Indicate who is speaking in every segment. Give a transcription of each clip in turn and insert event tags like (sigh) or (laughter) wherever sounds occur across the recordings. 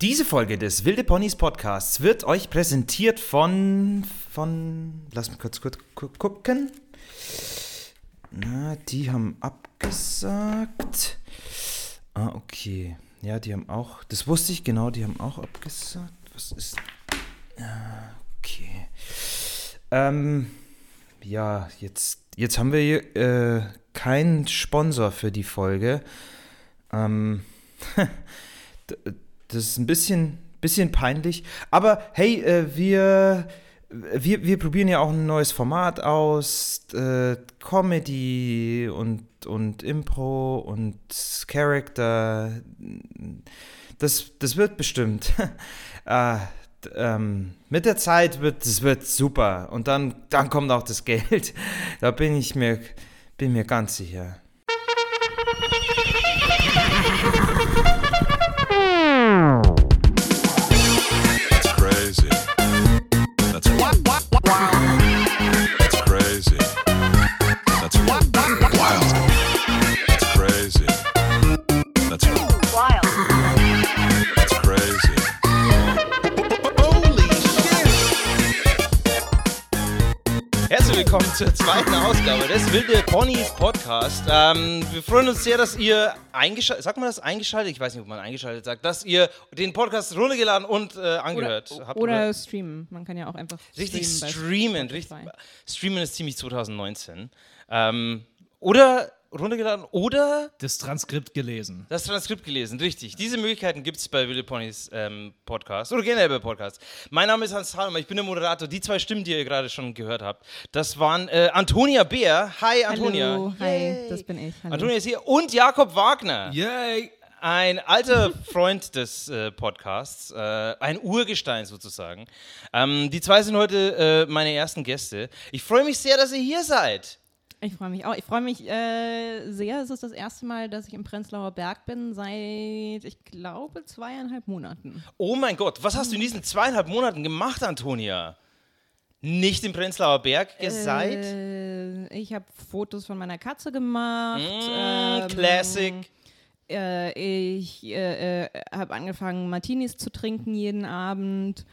Speaker 1: Diese Folge des Wilde Ponys Podcasts wird euch präsentiert von. von. Lass mich kurz, kurz gu- gucken. Na, die haben abgesagt. Ah, okay. Ja, die haben auch. Das wusste ich genau, die haben auch abgesagt. Was ist. Ah, okay. Ähm, ja, jetzt, jetzt haben wir hier, äh, keinen Sponsor für die Folge. Ähm, d- das ist ein bisschen, bisschen peinlich. Aber hey, äh, wir, wir, wir probieren ja auch ein neues Format aus. Äh, Comedy und, und Impro und Character. Das, das wird bestimmt. (laughs) äh, d- ähm, mit der Zeit wird es wird super. Und dann, dann kommt auch das Geld. (laughs) Da bin ich mir, bin mir ganz sicher.
Speaker 2: That's crazy. That's wow. That's crazy. That's wow. That's crazy. That's
Speaker 3: wild.
Speaker 2: that's crazy.
Speaker 1: Herzlich willkommen zur zweiten Ausgabe des Wilde Ponys Podcast. Ähm, wir freuen uns sehr, dass ihr eingeschaltet, sagt man das eingeschaltet? Ich weiß nicht, ob man eingeschaltet sagt, dass ihr den Podcast runtergeladen und äh,
Speaker 4: Oder,
Speaker 1: angehört habt.
Speaker 4: oder streamen. Man kann ja auch einfach
Speaker 1: richtig
Speaker 4: streamen.
Speaker 1: streamen.
Speaker 4: bei
Speaker 1: Richtig,
Speaker 4: Spotify.
Speaker 1: streamen ist ziemlich 2019. Ähm, oder runtergeladen oder
Speaker 5: das Transkript gelesen.
Speaker 1: das Transkript gelesen, richtig. Diese Möglichkeiten gibt es bei Wilde Ponys ähm, Podcast oder generell bei Podcasts. Mein Name ist Hans Thalmer, ich bin der Moderator. Die zwei Stimmen, die ihr gerade schon gehört habt, das waren äh, Antonia Beer. Hi Antonia.
Speaker 4: Hallo, hi, das bin ich. Hallo.
Speaker 1: Antonia ist hier und Jakob Wagner.
Speaker 5: Yay!
Speaker 1: Ein alter (laughs) Freund des äh, Podcasts, äh, ein Urgestein sozusagen. Ähm, die zwei sind heute äh, meine ersten Gäste. Ich freue mich sehr, dass ihr hier seid.
Speaker 4: Ich freue mich auch. Ich freue mich äh, sehr. Es ist das erste Mal, dass ich im Prenzlauer Berg bin, seit, ich glaube, zweieinhalb Monaten.
Speaker 1: Oh mein Gott, was hast du in diesen zweieinhalb Monaten gemacht, Antonia? Nicht im Prenzlauer Berg geseit?
Speaker 4: Äh, ich habe Fotos von meiner Katze gemacht. ähm,
Speaker 1: Mm, Classic.
Speaker 4: Äh, ich äh, äh, habe angefangen, Martinis zu trinken jeden Abend.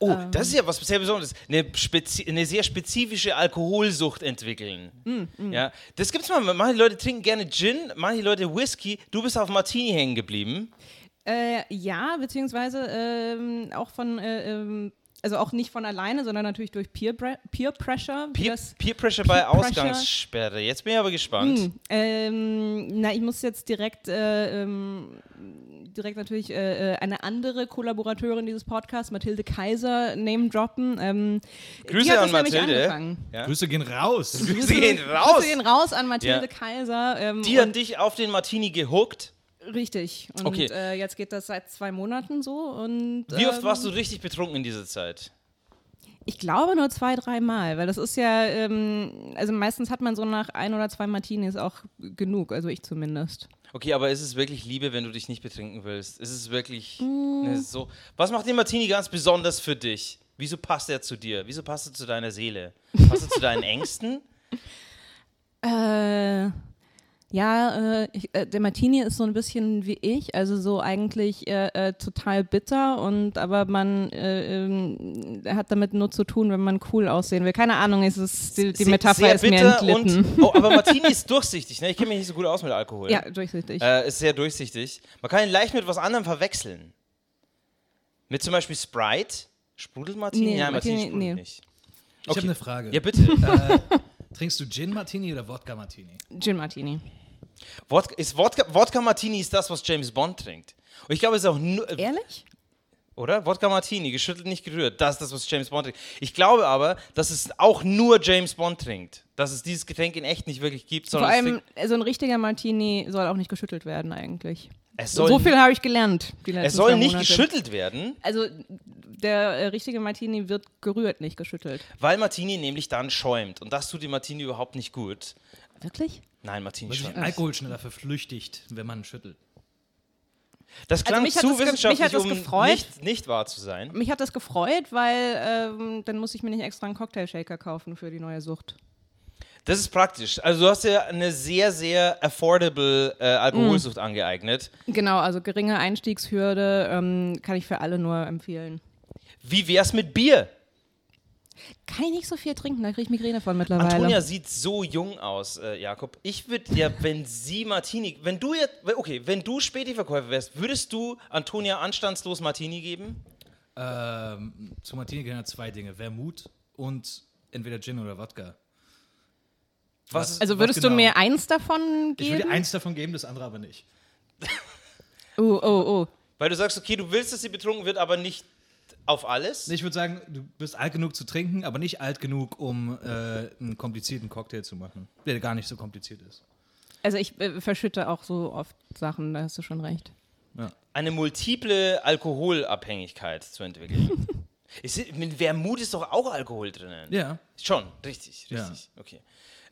Speaker 1: Oh,
Speaker 4: ähm.
Speaker 1: das ist ja was sehr Besonderes. Eine, spezi eine sehr spezifische Alkoholsucht entwickeln.
Speaker 4: Mm,
Speaker 1: Ja, das gibt's mal. Manche Leute trinken gerne Gin, manche Leute Whisky. Du bist auf Martini hängen geblieben.
Speaker 4: Äh, ja, beziehungsweise ähm, auch von, äh, ähm, also auch nicht von alleine, sondern natürlich durch Peer, Bre- Peer Pressure. wie
Speaker 1: Peer,
Speaker 4: das-
Speaker 1: Peer Pressure bei
Speaker 4: Peer Pressure.
Speaker 1: Ausgangssperre. Jetzt bin ich aber gespannt.
Speaker 4: Hm, ähm, na, ich muss jetzt direkt, äh, ähm, direkt natürlich äh, äh, eine andere Kollaborateurin dieses Podcasts, Mathilde Kaiser, name droppen. Ähm, die
Speaker 1: Grüße
Speaker 4: hat
Speaker 1: an
Speaker 4: das nämlich
Speaker 1: Mathilde.
Speaker 4: angefangen.
Speaker 1: Ja.
Speaker 5: Grüße gehen raus.
Speaker 1: Grüße gehen
Speaker 4: Grüße
Speaker 1: raus.
Speaker 4: gehen raus an Mathilde
Speaker 1: Ja.
Speaker 4: Kaiser. Ähm,
Speaker 1: Die
Speaker 4: und-
Speaker 1: hat dich auf den Martini gehuckt.
Speaker 4: richtig. Und
Speaker 1: Okay.
Speaker 4: äh, jetzt geht das seit zwei Monaten so. Und,
Speaker 1: Wie oft
Speaker 4: ähm,
Speaker 1: warst du richtig betrunken in dieser Zeit?
Speaker 4: Ich glaube nur zwei, dreimal, weil das ist ja, ähm, also meistens hat man so nach ein oder zwei Martinis auch genug, also ich zumindest.
Speaker 1: Okay, aber ist es wirklich Liebe, wenn du dich nicht betrinken willst? Ist es wirklich
Speaker 4: Mm.
Speaker 1: ne, so? Was macht den Martini ganz besonders für dich? Wieso passt er zu dir? Wieso passt er zu deiner Seele? Passt er zu deinen
Speaker 4: (laughs)
Speaker 1: Ängsten?
Speaker 4: Äh, ja, äh, ich, äh, der Martini ist so ein bisschen wie ich, also so eigentlich äh, äh, total bitter und aber man äh, ähm, hat damit nur zu tun, wenn man cool aussehen will. Keine Ahnung, es ist die, die
Speaker 1: Se-
Speaker 4: Metapher
Speaker 1: sehr
Speaker 4: ist mir
Speaker 1: bitter
Speaker 4: entglitten.
Speaker 1: Und, oh, aber Martini ist durchsichtig. Ne? Ich kenne mich nicht so gut aus mit Alkohol.
Speaker 4: ja, durchsichtig.
Speaker 1: Äh, ist sehr durchsichtig. Man kann ihn leicht mit was anderem verwechseln. Mit zum Beispiel Sprite. Sprudelt Martini?
Speaker 4: Nee,
Speaker 1: Nein, Martini,
Speaker 4: Martini,
Speaker 1: sprudelt
Speaker 4: nee.
Speaker 1: nicht.
Speaker 5: Ich habe eine Frage.
Speaker 1: Ja, bitte.
Speaker 5: Trinkst du Gin Martini oder Wodka Martini?
Speaker 4: Gin Martini.
Speaker 1: Wodka, ist Wodka, Wodka Martini ist das, was James Bond trinkt. Und ich glaube, es ist auch nur.
Speaker 4: Ehrlich?
Speaker 1: Oder? Wodka Martini, geschüttelt, nicht gerührt. Das ist das, was James Bond trinkt. Ich glaube aber, dass es auch nur James Bond trinkt. Dass es dieses Getränk in echt nicht wirklich gibt,
Speaker 4: Vor
Speaker 1: sondern
Speaker 4: allem, äh,
Speaker 1: es, trinkt,
Speaker 4: so ein richtiger Martini soll auch nicht geschüttelt werden eigentlich.
Speaker 1: es soll,
Speaker 4: so viel habe ich gelernt. Die letzten
Speaker 1: es soll
Speaker 4: zwei
Speaker 1: nicht
Speaker 4: Monate.
Speaker 1: geschüttelt werden,
Speaker 4: Also der äh, richtige Martini wird gerührt, nicht geschüttelt.
Speaker 1: weil Martini nämlich dann schäumt. Und das tut dem Martini überhaupt nicht gut.
Speaker 4: Wirklich?
Speaker 1: Nein, Martini
Speaker 5: Weil sich
Speaker 4: Also
Speaker 1: schäumt.
Speaker 5: Alkohol schneller verflüchtigt, wenn man schüttelt.
Speaker 1: Das klang
Speaker 4: mich hat
Speaker 1: zu
Speaker 4: das ge-
Speaker 1: wissenschaftlich,
Speaker 4: mich hat das
Speaker 1: um
Speaker 4: gefreut.
Speaker 1: Nicht, nicht wahr zu sein.
Speaker 4: Mich hat das gefreut, weil ähm, dann muss ich mir nicht extra einen Cocktailshaker kaufen für die neue Sucht.
Speaker 3: Das ist praktisch. Also du hast dir eine sehr, sehr affordable äh,
Speaker 4: Mm.
Speaker 3: Alkoholsucht angeeignet.
Speaker 4: Genau, also geringe Einstiegshürde ähm, kann ich für alle nur empfehlen.
Speaker 3: Wie wär's mit Bier?
Speaker 4: Kann ich nicht so viel trinken, da kriege ich Migräne von mittlerweile.
Speaker 3: Antonia sieht so jung aus, äh, Jakob. Ich würde ja, wenn sie Martini, wenn du jetzt, okay, wenn du Späti-Verkäufer wärst, würdest du Antonia anstandslos Martini geben?
Speaker 5: Ähm, zu Martini gehören ja zwei Dinge: Vermut und entweder Gin oder Wodka.
Speaker 3: Was ist,
Speaker 4: also würdest
Speaker 5: genau.
Speaker 4: du mir eins davon
Speaker 5: Ich würde
Speaker 4: geben?
Speaker 5: dir eins davon geben, das andere aber nicht.
Speaker 4: oh, oh, oh.
Speaker 3: weil du sagst, okay, du willst, dass sie betrunken wird, aber nicht auf alles?
Speaker 5: Also Ich würde sagen, du bist alt genug zu trinken, aber nicht alt genug, um äh, einen komplizierten Cocktail zu machen, der gar nicht so kompliziert ist.
Speaker 4: Also ich äh, verschütte auch so oft Sachen, da hast du schon recht.
Speaker 3: Eine multiple Alkoholabhängigkeit
Speaker 5: (laughs)
Speaker 3: zu entwickeln. ist, mit Vermut ist doch auch Alkohol drinnen.
Speaker 5: Ja.
Speaker 3: Schon, richtig,
Speaker 5: Ja.
Speaker 3: richtig. Okay.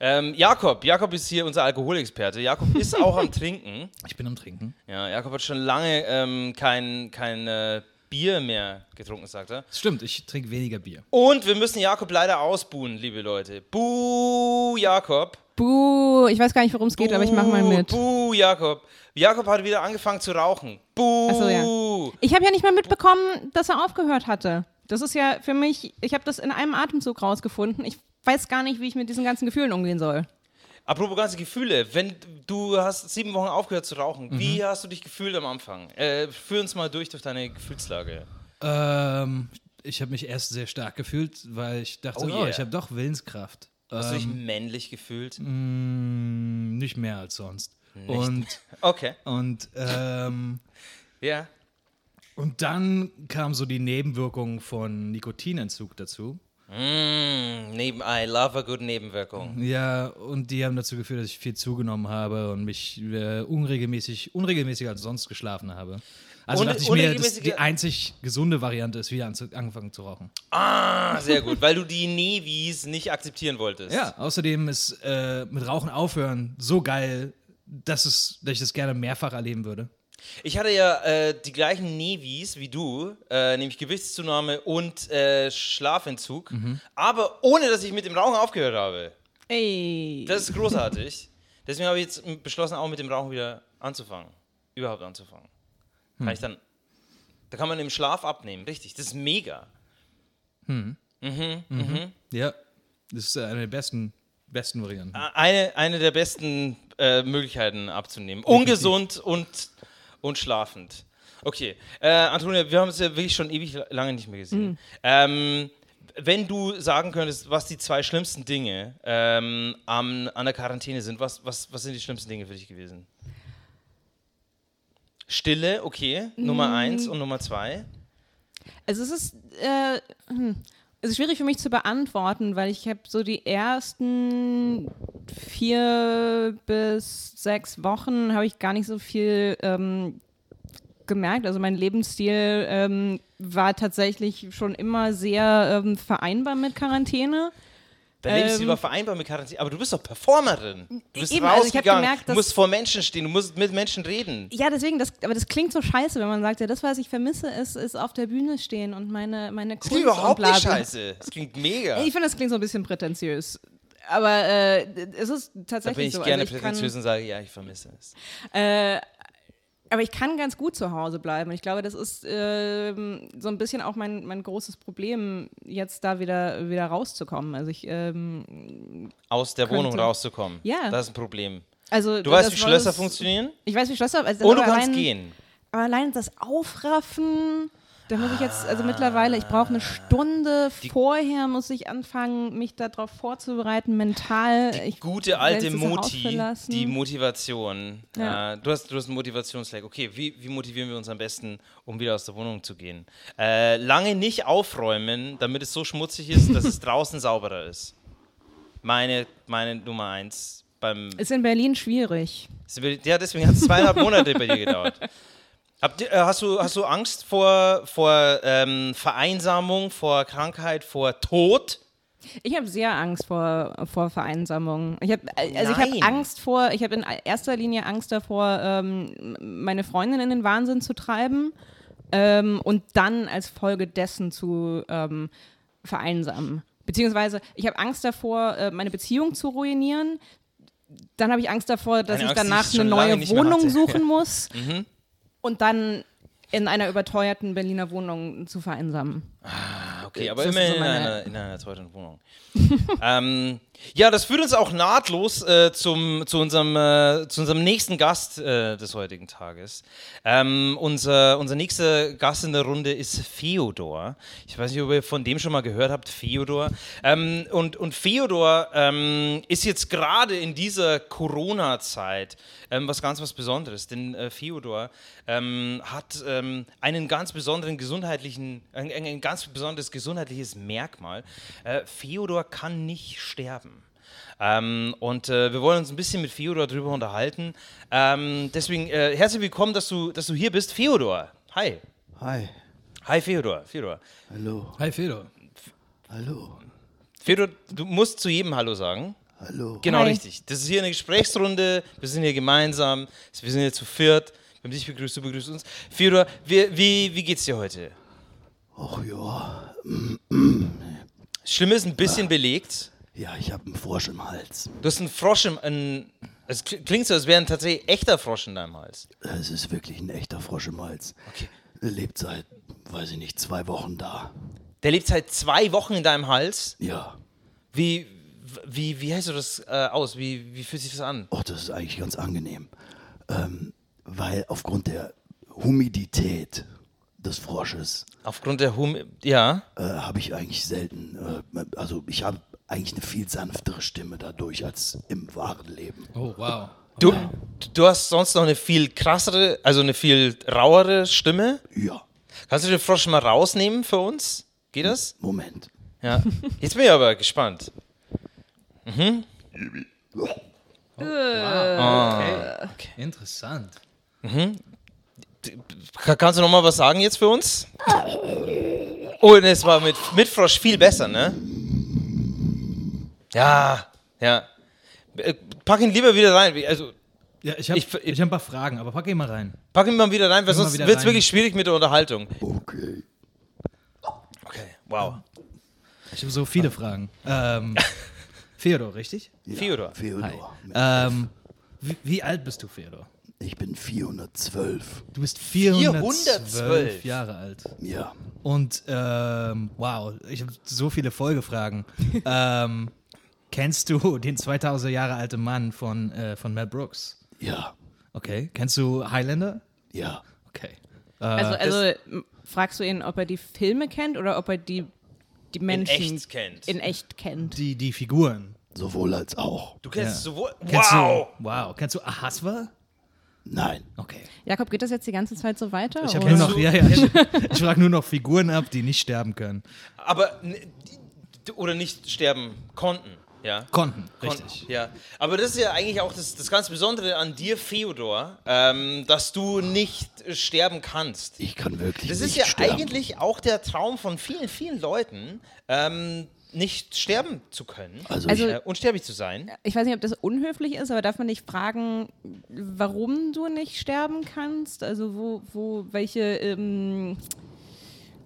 Speaker 3: Ähm, Jakob, Jakob ist hier unser Alkoholexperte. Jakob ist auch
Speaker 5: (laughs)
Speaker 3: am Trinken.
Speaker 5: Ich bin am Trinken.
Speaker 3: Ja, Jakob hat schon lange ähm, kein, kein äh, Bier mehr getrunken, sagt er.
Speaker 5: Das stimmt, ich trinke weniger Bier.
Speaker 3: Und wir müssen Jakob leider ausbuhen, liebe Leute. Buh, Jakob.
Speaker 4: Buh, ich weiß gar nicht, worum es geht, aber ich mach mal
Speaker 3: Buh,
Speaker 4: mit.
Speaker 3: Buh, Jakob. Jakob hat wieder angefangen zu rauchen. Buh.
Speaker 4: Ach so, ja. Ich habe ja nicht mal mitbekommen, dass er aufgehört hatte. Das ist ja für mich, ich habe das in einem Atemzug rausgefunden. Ich weiß gar nicht, wie ich mit diesen ganzen Gefühlen umgehen soll.
Speaker 3: Apropos ganze Gefühle, wenn du hast sieben Wochen aufgehört zu rauchen, wie hast du dich gefühlt am Anfang? Äh, führ uns mal durch durch deine Gefühlslage.
Speaker 5: Ähm, ich habe mich erst sehr stark gefühlt, weil ich dachte,
Speaker 3: Oh
Speaker 5: oh,
Speaker 3: yeah.
Speaker 5: ich habe doch Willenskraft.
Speaker 3: Hast du dich
Speaker 5: Ähm,
Speaker 3: männlich gefühlt?
Speaker 5: mh, Ähm, nicht mehr als sonst. Und,
Speaker 3: Okay,
Speaker 5: und, ähm,
Speaker 3: ja.
Speaker 5: und dann kam so die Nebenwirkung von Nikotinentzug dazu.
Speaker 3: Mm, neben, I love a good Nebenwirkung.
Speaker 5: Ja, und die haben dazu geführt, dass ich viel zugenommen habe und mich äh, unregelmäßig, unregelmäßiger als sonst geschlafen habe. Also
Speaker 3: Un-
Speaker 5: dachte ich mir, dass
Speaker 3: unregelmäßige-
Speaker 5: die einzig gesunde Variante ist, wieder anzu- angefangen zu rauchen.
Speaker 3: Ah, sehr gut, weil du die Nevis nicht akzeptieren wolltest.
Speaker 5: Ja, außerdem ist äh, mit Rauchen aufhören so geil, dass, es, dass ich das gerne mehrfach erleben würde.
Speaker 3: Ich hatte ja äh, die gleichen Nevis wie du, äh, nämlich Gewichtszunahme und äh, Schlafentzug, aber ohne, dass ich mit dem Rauchen aufgehört habe.
Speaker 4: Ey.
Speaker 3: Das ist großartig. Deswegen habe ich jetzt m- beschlossen, auch mit dem Rauchen wieder anzufangen. Überhaupt anzufangen. Kann ich dann. Da kann man im Schlaf abnehmen, richtig. Das ist mega.
Speaker 5: Ja, das ist äh, eine der besten, besten Varianten.
Speaker 3: A- Eine, eine der besten äh, Möglichkeiten abzunehmen. Ungesund und, und schlafend. Okay. Äh, Antonia, wir haben es ja wirklich schon ewig la- lange nicht mehr gesehen.
Speaker 4: Mhm.
Speaker 3: Ähm, wenn du sagen könntest, was die zwei schlimmsten Dinge ähm, am, an der Quarantäne sind, was, was, was sind die schlimmsten Dinge für dich gewesen? Stille, okay,
Speaker 4: Mhm.
Speaker 3: Nummer eins und Nummer zwei.
Speaker 4: Also es ist, äh, hm, es ist schwierig für mich zu beantworten, weil ich habe so die ersten vier bis sechs Wochen habe ich gar nicht so viel ähm, gemerkt. Also mein Lebensstil ähm, war tatsächlich schon immer sehr ähm, vereinbar mit Quarantäne.
Speaker 3: Dein
Speaker 4: Ähm,
Speaker 3: Lebensstil war vereinbar mit Quarantäne, aber du bist doch Performerin. Du bist
Speaker 4: Eben, also ich hab
Speaker 3: rausgegangen,
Speaker 4: gemerkt,
Speaker 3: du
Speaker 4: dass-
Speaker 3: musst vor Menschen stehen, du musst mit Menschen reden.
Speaker 4: Ja, deswegen, das, aber das klingt so scheiße, wenn man sagt, ja, das, was ich vermisse, ist, ist auf der Bühne stehen und meine, meine
Speaker 3: Das
Speaker 4: Kunst
Speaker 3: klingt überhaupt
Speaker 4: und bla,
Speaker 3: nicht
Speaker 4: bla.
Speaker 3: scheiße. Das klingt mega.
Speaker 4: Ich finde, das klingt so ein bisschen prätentiös. Aber äh, es ist
Speaker 3: da bin
Speaker 4: tatsächlich
Speaker 3: ich
Speaker 4: so.
Speaker 3: gerne
Speaker 4: also ich
Speaker 3: prätentiös
Speaker 4: kann,
Speaker 3: und sage, ja, ich vermisse es.
Speaker 4: aber ich kann ganz gut zu Hause bleiben. Ich glaube, das ist ähm, so ein bisschen auch mein, mein großes Problem, jetzt da wieder, wieder rauszukommen. Also ich, ähm,
Speaker 3: Aus der Wohnung
Speaker 4: Könnte.
Speaker 3: rauszukommen.
Speaker 4: Ja.
Speaker 3: Das ist ein Problem.
Speaker 4: also
Speaker 3: Du weißt,
Speaker 4: das
Speaker 3: wie
Speaker 4: war
Speaker 3: Schlösser
Speaker 4: das-
Speaker 3: funktionieren
Speaker 4: Ich weiß, wie Schlösser. Also
Speaker 3: und du
Speaker 4: aber
Speaker 3: kannst
Speaker 4: allein-
Speaker 3: gehen.
Speaker 4: Aber allein das Aufraffen, da muss ich jetzt, also mittlerweile, ich brauche eine Stunde vorher, muss ich anfangen, mich darauf vorzubereiten, mental. ich
Speaker 3: Gute alte
Speaker 4: selbst das Haus
Speaker 3: Moti,
Speaker 4: verlassen.
Speaker 3: die Motivation.
Speaker 4: Ja.
Speaker 3: Äh, du, hast, du hast einen Motivationslag. Okay, wie, wie motivieren wir uns am besten, um wieder aus der Wohnung zu gehen? Äh, lange nicht aufräumen, damit es so schmutzig ist, dass es (laughs) draußen sauberer ist. Meine, meine Nummer eins beim
Speaker 4: Ist in Berlin schwierig.
Speaker 3: Sie will- Ja, deswegen hat es zweieinhalb Monate bei dir gedauert. Habt ihr, äh, hast, du, hast du Angst vor, vor ähm, Vereinsamung, vor Krankheit, vor Tod?
Speaker 4: Ich habe sehr Angst vor, vor Vereinsamung. Ich hab, also
Speaker 3: Nein.
Speaker 4: ich habe Angst vor, ich habe in erster Linie Angst davor, ähm, meine Freundin in den Wahnsinn zu treiben ähm, und dann als Folge dessen zu ähm, vereinsamen. Beziehungsweise, ich habe Angst davor, äh, meine Beziehung zu ruinieren. Dann habe ich Angst davor, dass
Speaker 3: Eine
Speaker 4: ich
Speaker 3: Angst, die ich
Speaker 4: danach
Speaker 3: schon
Speaker 4: eine
Speaker 3: lange
Speaker 4: neue
Speaker 3: nicht mehr hatte. Mhm.
Speaker 4: Wohnung
Speaker 3: (laughs)
Speaker 4: suchen muss. Und dann in einer überteuerten Berliner Wohnung zu vereinsamen.
Speaker 3: Ah, Okay, aber
Speaker 4: Das ist
Speaker 3: immer
Speaker 4: so
Speaker 3: in,
Speaker 4: meine-
Speaker 3: einer, in einer teuren (laughs) Wohnung. ähm, ja, das führt uns auch nahtlos äh, zum, zu, unserem, äh, zu unserem nächsten Gast äh, des heutigen Tages. Ähm, unser, unser nächster Gast in der Runde ist Feodor. Ich weiß nicht, ob ihr von dem schon mal gehört habt, Feodor. Ähm, und, und Feodor ähm, ist jetzt gerade in dieser Corona-Zeit ähm, was ganz was Besonderes, denn äh, Feodor ähm, hat ähm, einen ganz besonderen gesundheitlichen, ein, ein ein ganz besonderes gesundheitliches Merkmal. Äh, Feodor kann nicht sterben. Ähm, und äh, wir wollen uns ein bisschen mit Feodor drüber unterhalten. Ähm, deswegen äh, herzlich willkommen, dass du, dass du hier bist. Feodor, hi.
Speaker 6: Hi,
Speaker 3: Hi Feodor, Feodor.
Speaker 6: hallo,
Speaker 5: Hi Fedor.
Speaker 6: hallo,
Speaker 3: Feodor, du musst zu jedem Hallo sagen.
Speaker 6: hallo.
Speaker 3: Genau,
Speaker 4: Hi.
Speaker 3: richtig. Das ist hier eine Gesprächsrunde. Wir sind hier gemeinsam. Wir sind hier zu viert. Wir haben dich begrüßt, du begrüßt uns. Fedor, wie, wie, wie geht's dir heute?
Speaker 6: Ach ja,
Speaker 3: Schlimme ist ein bisschen belegt.
Speaker 6: ja, ich habe einen Frosch im Hals.
Speaker 3: Du hast einen Frosch im. Ein, es kli- klingt so, als wäre ein tatsächlich echter Frosch in deinem Hals.
Speaker 6: Es ist wirklich ein echter Frosch im Hals.
Speaker 3: Okay.
Speaker 6: Er lebt seit, weiß ich nicht, zwei Wochen da.
Speaker 3: Der lebt seit zwei Wochen in deinem Hals.
Speaker 6: Ja,
Speaker 3: Wie, wie, wie hältst du das äh, aus? Wie, wie fühlt sich das an?
Speaker 6: ach, das ist eigentlich ganz angenehm. Ähm, weil aufgrund der Humidität des Frosches
Speaker 3: Aufgrund der Hum. Ja.
Speaker 6: äh, habe ich eigentlich selten, äh, also ich habe eigentlich eine viel sanftere Stimme dadurch als im wahren Leben.
Speaker 5: Oh, wow.
Speaker 3: Du, du hast sonst noch eine viel krassere, also eine viel rauere Stimme.
Speaker 6: Ja,
Speaker 3: Kannst du den Frosch mal rausnehmen für uns? Geht das?
Speaker 6: Moment.
Speaker 3: Ja. Jetzt bin ich aber gespannt.
Speaker 5: Okay. Interessant.
Speaker 3: Ka- Kannst du noch mal was sagen jetzt für uns? Oh, ne, es war mit, mit Frosch viel besser, ne? Ja, ja. Äh, Pack ihn lieber wieder rein. Also,
Speaker 5: Ja, ich habe
Speaker 3: Ich-
Speaker 5: ich, ich hab ein paar Fragen, aber pack ihn mal rein.
Speaker 3: pack ihn mal wieder rein,
Speaker 5: Pack
Speaker 3: weil
Speaker 5: ihn mal
Speaker 3: sonst
Speaker 5: wieder
Speaker 3: wird es
Speaker 5: rein.
Speaker 3: wirklich schwierig mit der Unterhaltung.
Speaker 6: Okay.
Speaker 3: Okay, wow.
Speaker 5: Ich habe so viele Fragen. (laughs) Ähm, Feodor, richtig?
Speaker 6: Ja,
Speaker 3: Theodor.
Speaker 6: Theodor.
Speaker 5: Ähm, wie, wie alt bist du, Feodor?
Speaker 6: Ich bin 412.
Speaker 5: Du bist 412,
Speaker 3: 412.
Speaker 5: Jahre alt.
Speaker 6: Ja.
Speaker 5: Und ähm, wow, ich habe so viele Folgefragen. ähm, kennst du den 2000 Jahre alten Mann von, äh, von Mel Brooks?
Speaker 6: Ja,
Speaker 5: Okay. Kennst du Highlander?
Speaker 6: ja.
Speaker 5: Okay.
Speaker 3: Äh,
Speaker 4: Also, also m- fragst du ihn, ob er die Filme kennt oder ob er die, die Menschen
Speaker 3: echt kennt.
Speaker 4: In echt kennt.
Speaker 5: Die, die Figuren.
Speaker 6: Sowohl als auch.
Speaker 3: Du kennst
Speaker 5: Ja.
Speaker 3: sowohl.
Speaker 5: Kennst
Speaker 3: Wow!
Speaker 5: Du, wow. Kennst du Ahasver?
Speaker 6: Nein.
Speaker 5: Okay.
Speaker 4: Jakob, geht das jetzt die ganze Zeit so weiter?
Speaker 5: Ich, hab
Speaker 4: oder?
Speaker 5: nur noch, ja, ja, ich, ich frage nur noch Figuren ab, die nicht sterben können.
Speaker 3: Aber. ne, die- Oder nicht sterben konnten, ja?
Speaker 5: Konnten,
Speaker 3: Kon-
Speaker 5: richtig.
Speaker 3: Ja, aber das ist ja eigentlich auch das, das ganz Besondere an dir, Feodor, ähm, dass du nicht äh, sterben kannst.
Speaker 6: Ich kann wirklich
Speaker 3: Das
Speaker 6: nicht
Speaker 3: ist ja
Speaker 6: sterben.
Speaker 3: eigentlich auch der Traum von vielen, vielen Leuten, ähm, nicht sterben zu können,
Speaker 6: Also,
Speaker 4: Also-
Speaker 6: ich,
Speaker 3: äh, unsterblich zu sein.
Speaker 4: Ich weiß nicht, ob das unhöflich ist, aber darf man nicht fragen, warum du nicht sterben kannst? Also wo, wo, welche, ähm,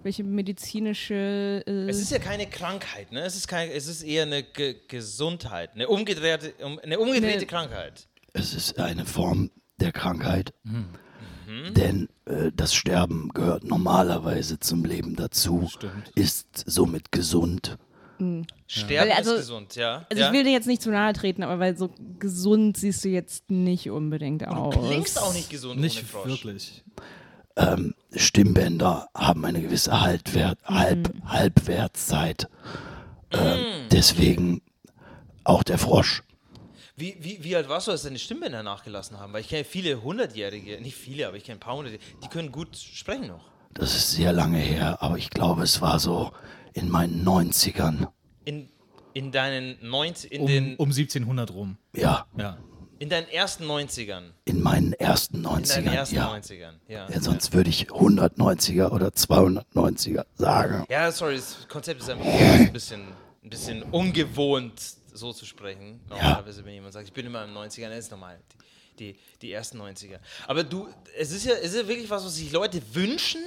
Speaker 4: welche medizinische äh,
Speaker 3: Es ist ja keine Krankheit, ne? Es ist, kein, es ist eher eine Ge Gesundheit, eine umgedrehte, um, eine umgedrehte
Speaker 4: Nee.
Speaker 3: Krankheit.
Speaker 6: es ist eine Form der Krankheit.
Speaker 3: Mhm.
Speaker 6: Denn äh, das Sterben gehört normalerweise zum Leben dazu. Ist somit gesund.
Speaker 3: Sterben
Speaker 4: Weil also-
Speaker 3: ist gesund, ja.
Speaker 4: Also
Speaker 3: ja?
Speaker 4: ich will dir jetzt nicht zu nahe treten, aber weil so gesund siehst du jetzt nicht unbedingt aus.
Speaker 3: du klingst auch nicht gesund ohne
Speaker 5: Nicht
Speaker 3: Frosch.
Speaker 5: wirklich.
Speaker 6: Stimmbänder haben eine gewisse Haltwert, Halb, Halbwertszeit.
Speaker 3: Mhm.
Speaker 6: Ähm, deswegen auch der Frosch.
Speaker 3: Wie, wie, wie alt warst du, als deine Stimmbänder nachgelassen haben? Weil ich kenne viele Hundertjährige, nicht viele, aber ich kenne ein paar Hundertjährige, die können gut sprechen noch.
Speaker 6: Das ist sehr lange her, aber ich glaube, es war so in meinen 90ern.
Speaker 3: In, in deinen 90, in,
Speaker 5: Um,
Speaker 3: den,
Speaker 5: um 1700 rum.
Speaker 6: Ja,
Speaker 5: Ja.
Speaker 3: in deinen ersten 90ern.
Speaker 6: in meinen ersten
Speaker 3: In deinen
Speaker 6: 90ern.
Speaker 3: ersten
Speaker 6: ja.
Speaker 3: 90ern. Ja.
Speaker 6: Ja, sonst würde ich 190er oder 290er sagen.
Speaker 3: ja, sorry, das Konzept ist einfach ein bisschen, ein bisschen ungewohnt, so zu sprechen. Normalerweise, wenn jemand sagt, ich bin immer in den 90ern, das ist normal. Die, die, die ersten 90er. Aber du, es ist ja, es ist ja wirklich was, was sich Leute wünschen.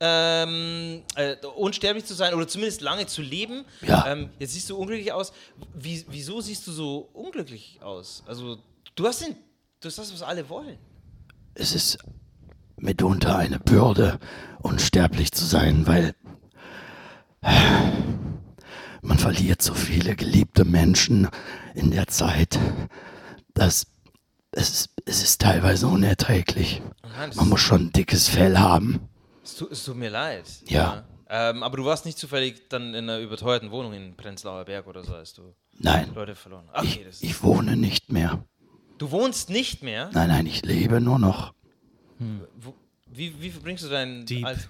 Speaker 3: äh, ähm, äh, unsterblich zu sein oder zumindest lange zu leben.
Speaker 6: Ja.
Speaker 3: Ähm, jetzt siehst du unglücklich aus. Wie, wieso siehst du so unglücklich aus? Also, du hast, den, du hast das, was alle wollen.
Speaker 6: Es ist mitunter eine Bürde, unsterblich zu sein, weil man verliert so viele geliebte Menschen in der Zeit, dass es, ist- es ist teilweise unerträglich.
Speaker 3: Nein, es,
Speaker 6: Man muss schon ein dickes Fell haben.
Speaker 3: es, tut, es tut mir leid.
Speaker 6: Ja.
Speaker 3: Ähm, aber du warst nicht zufällig dann in einer überteuerten Wohnung in Prenzlauer Berg oder so, als du
Speaker 6: Nein,
Speaker 3: Leute verloren hast. Okay, das,
Speaker 6: ich wohne nicht mehr.
Speaker 3: du wohnst nicht mehr.
Speaker 6: Nein, nein, ich lebe nur noch.
Speaker 3: Wo, wie, wie verbringst du deinen
Speaker 5: Deep.
Speaker 3: Alltag?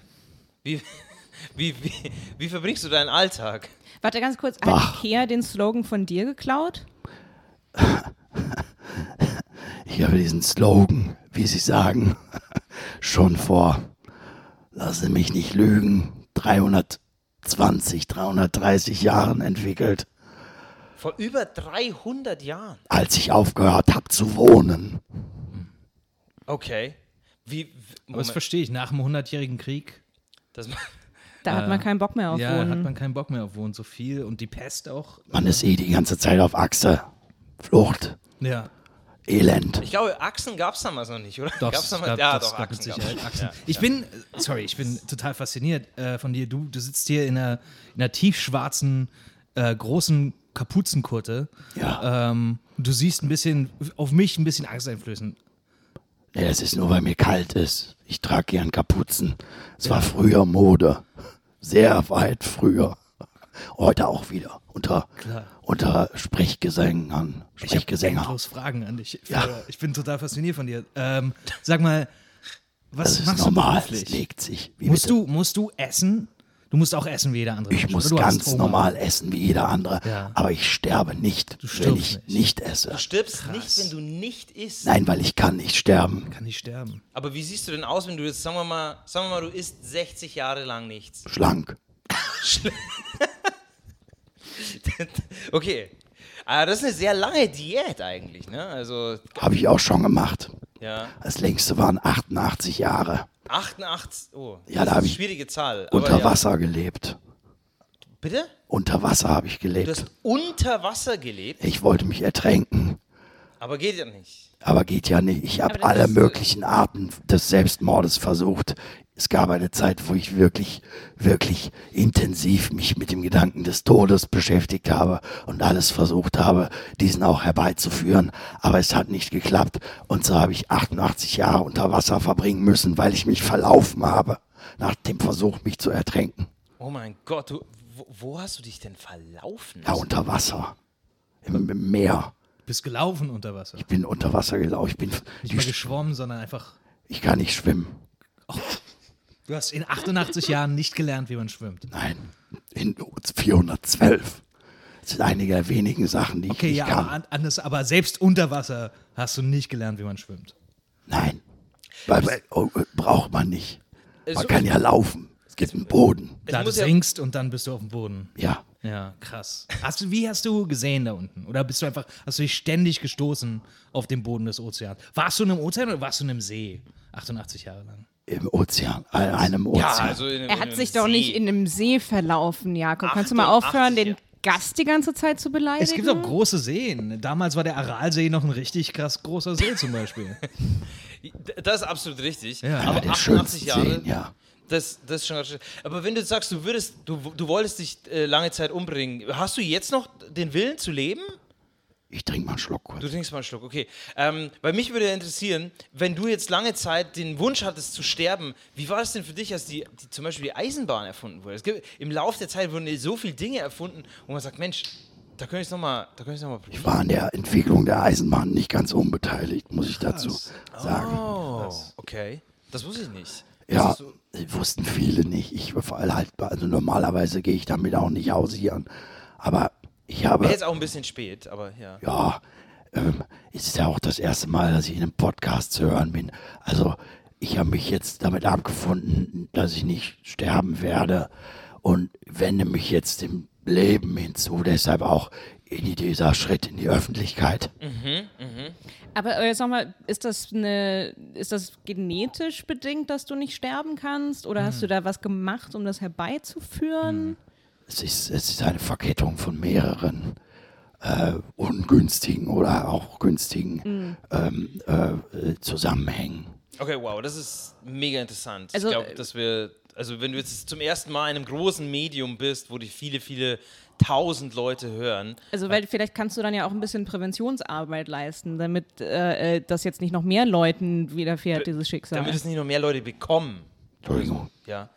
Speaker 3: Wie, (laughs) wie, wie, wie verbringst du deinen Alltag?
Speaker 4: Warte ganz kurz,
Speaker 6: Wach.
Speaker 4: hat Ikea den Slogan von dir geklaut?
Speaker 6: Ich habe diesen Slogan, wie Sie sagen, (laughs) schon vor, lassen Sie mich nicht lügen, 320, 330 Jahren entwickelt,
Speaker 3: Vor über 300 Jahren.
Speaker 6: als ich aufgehört habe zu wohnen.
Speaker 3: Okay. Wie, w-
Speaker 5: Aber das
Speaker 3: Moment,
Speaker 5: verstehe ich. Nach dem 100-jährigen Krieg
Speaker 3: das,
Speaker 4: Da hat man keinen Bock mehr auf
Speaker 5: Äh, ja, hat
Speaker 4: Wohnen.
Speaker 5: man keinen Bock mehr auf Wohnen. So viel und die Pest auch.
Speaker 6: Man ist eh die ganze Zeit auf Achse. Flucht,
Speaker 5: Ja,
Speaker 6: Elend.
Speaker 3: ich glaube, Achsen gab es damals noch nicht, oder?
Speaker 5: Doch,
Speaker 3: gab's
Speaker 5: es
Speaker 3: damals?
Speaker 5: gab-
Speaker 3: ja,
Speaker 5: das
Speaker 3: doch,
Speaker 5: gab mit
Speaker 3: Achsen gab's.
Speaker 5: Sicherheit Achsen.
Speaker 3: Ja.
Speaker 5: Ich bin, äh, sorry, ich bin total fasziniert äh, von dir. Du, du sitzt hier in einer, in einer tiefschwarzen, äh, großen Kapuzenkurte.
Speaker 6: Ja.
Speaker 5: Ähm, du siehst ein bisschen, auf mich ein bisschen Angst einflößen.
Speaker 6: Nee, das ist nur, weil mir kalt ist. Ich trage gern Kapuzen. Es war früher Mode. Sehr weit früher. Heute auch wieder. Unter, unter Sprechgesängern. Sprechgesänger.
Speaker 5: Endlos Fragen an dich.
Speaker 6: Ja.
Speaker 5: Ich bin total fasziniert von dir. Ähm, sag mal, was
Speaker 6: Das ist
Speaker 5: machst
Speaker 6: normal.
Speaker 5: du
Speaker 6: Es
Speaker 5: beruflich?
Speaker 6: legt sich. Wie
Speaker 5: Musst
Speaker 6: bitte?
Speaker 5: du, musst du essen? Du musst auch essen wie jeder andere.
Speaker 6: ich
Speaker 5: Mensch,
Speaker 6: muss
Speaker 5: aber du hast
Speaker 6: ganz
Speaker 5: Hunger.
Speaker 6: normal essen wie jeder andere.
Speaker 5: Ja.
Speaker 6: Aber ich sterbe nicht, wenn
Speaker 5: stirbst
Speaker 6: ich
Speaker 5: nicht.
Speaker 6: nicht, esse.
Speaker 3: Du stirbst nicht, wenn du nicht isst.
Speaker 6: Nein, weil ich kann nicht sterben.
Speaker 5: Kann nicht sterben.
Speaker 3: Aber wie siehst du denn aus, wenn du jetzt, sagen wir mal, sagen wir mal, du isst 60 Jahre lang nichts?
Speaker 6: Schlank.
Speaker 3: Okay. Aber das ist eine sehr lange Diät eigentlich, ne? Also,
Speaker 6: Habe ich auch schon gemacht.
Speaker 3: ja.
Speaker 6: Das längste waren 88 Jahre.
Speaker 3: 88, oh. das
Speaker 6: Ja, da
Speaker 3: ist
Speaker 6: hab
Speaker 3: eine
Speaker 6: ich
Speaker 3: schwierige Zahl. aber
Speaker 6: Unter
Speaker 3: ja.
Speaker 6: Wasser gelebt.
Speaker 3: Bitte?
Speaker 6: Unter Wasser habe ich
Speaker 3: Du
Speaker 6: gelebt.
Speaker 3: hast unter Wasser gelebt,
Speaker 6: Ich wollte mich ertränken,
Speaker 3: aber geht ja nicht.
Speaker 6: aber geht ja nicht. Ich
Speaker 4: Aber
Speaker 6: habe
Speaker 4: das
Speaker 6: alle
Speaker 4: ist-
Speaker 6: möglichen Arten des Selbstmordes versucht. Es gab eine Zeit, wo ich wirklich, wirklich intensiv mich mit dem Gedanken des Todes beschäftigt habe und alles versucht habe, diesen auch herbeizuführen. Aber es hat nicht geklappt. Und so habe ich 88 Jahre unter Wasser verbringen müssen, weil ich mich verlaufen habe nach dem Versuch, mich zu ertränken.
Speaker 3: Oh mein Gott, du, wo, wo hast du dich denn verlaufen?
Speaker 6: Ja, Ah, unter Wasser. Im, im Meer.
Speaker 5: Bist gelaufen unter Wasser.
Speaker 6: Ich bin unter Wasser gelaufen. Ich bin,
Speaker 5: Nicht mal geschwommen, sondern einfach.
Speaker 6: ich kann nicht schwimmen.
Speaker 5: Du hast in 88 Jahren nicht gelernt, wie man schwimmt.
Speaker 6: Nein, in 412. Das sind einige der wenigen Sachen, die
Speaker 5: Okay,
Speaker 6: ich nicht
Speaker 5: ja,
Speaker 6: kann.
Speaker 5: aber, an- anders, aber selbst unter Wasser hast du nicht gelernt, wie man schwimmt.
Speaker 6: Nein, weil, weil, oh, äh, braucht man nicht. Man
Speaker 3: so-
Speaker 6: kann ja laufen. Es gibt einen Boden.
Speaker 5: Da du
Speaker 3: muss ja-
Speaker 5: sinkst und dann bist du auf dem Boden.
Speaker 6: Ja,
Speaker 5: Ja, krass. Hast du, wie hast du gesehen da unten? Oder bist du einfach, hast du dich ständig gestoßen auf dem Boden des Ozeans? Warst du in einem Ozean oder warst du in einem See? 88 Jahre lang.
Speaker 6: im Ozean, an einem
Speaker 3: Ja,
Speaker 6: Ozean.
Speaker 3: also in,
Speaker 4: Er
Speaker 3: in
Speaker 4: hat
Speaker 3: einem
Speaker 4: sich doch
Speaker 3: See.
Speaker 4: nicht in einem See verlaufen, Jakob. Kannst du mal
Speaker 3: 88,
Speaker 4: aufhören, den
Speaker 3: ja.
Speaker 4: Gast die ganze Zeit zu beleidigen?
Speaker 5: Es gibt auch große Seen. Damals war der Aralsee noch ein richtig krass großer See zum
Speaker 3: (laughs)
Speaker 5: Beispiel.
Speaker 3: D- Das ist absolut richtig.
Speaker 5: Ja.
Speaker 6: Einer
Speaker 3: aber
Speaker 6: der
Speaker 3: 88
Speaker 6: schönsten
Speaker 3: Jahre.
Speaker 6: Seen, ja.
Speaker 3: Das, das ist schon ganz schön. Aber wenn du jetzt sagst, du würdest, du, du wolltest dich äh, lange Zeit umbringen, hast du jetzt noch den Willen zu leben?
Speaker 6: Ich trinke mal einen Schluck
Speaker 3: Du
Speaker 6: kurz.
Speaker 3: trinkst mal einen Schluck, okay. Ähm, weil mich würde interessieren, wenn du jetzt lange Zeit den Wunsch hattest zu sterben, wie war es denn für dich, als die, die zum Beispiel die Eisenbahn erfunden wurde? Es gibt, Im Laufe der Zeit wurden so viele Dinge erfunden, wo man sagt, Mensch, da könnte ich es nochmal, da könnte ich noch mal probieren.
Speaker 6: Ich war an der Entwicklung der Eisenbahn nicht ganz unbeteiligt, muss ich dazu sagen.
Speaker 3: Oh, okay. Das wusste ich nicht.
Speaker 6: Ja, wussten viele nicht. Ich war vor allem halt, also normalerweise gehe ich damit auch nicht hausieren. Aber ich habe.
Speaker 3: Wäre jetzt auch ein bisschen spät, aber ja.
Speaker 6: ja, ähm, es ist ja auch das erste Mal, dass ich in einem Podcast zu hören bin. Also ich habe mich jetzt damit abgefunden, dass ich nicht sterben werde und wende mich jetzt dem Leben hinzu. Deshalb auch in dieser Schritt in die Öffentlichkeit.
Speaker 4: Aber äh, sag mal, ist das eine, ist das genetisch bedingt, dass du nicht sterben kannst? Oder
Speaker 5: Hm.
Speaker 4: hast du da was gemacht, um das herbeizuführen?
Speaker 6: Es ist, es ist eine Verkettung von mehreren äh, ungünstigen oder auch günstigen ähm, äh, äh, Zusammenhängen.
Speaker 3: Okay, wow, das ist mega interessant.
Speaker 4: Also,
Speaker 3: ich glaube,
Speaker 4: äh,
Speaker 3: dass wir, also wenn du jetzt zum ersten Mal in einem großen Medium bist, wo dich viele, viele tausend Leute hören,
Speaker 4: Also
Speaker 5: Äh.
Speaker 4: weil vielleicht kannst du dann ja auch ein bisschen Präventionsarbeit leisten, damit äh, äh, das jetzt nicht noch mehr Leuten widerfährt, dieses Schicksal.
Speaker 3: damit es nicht noch mehr Leute bekommen,
Speaker 6: Entschuldigung.
Speaker 3: ja.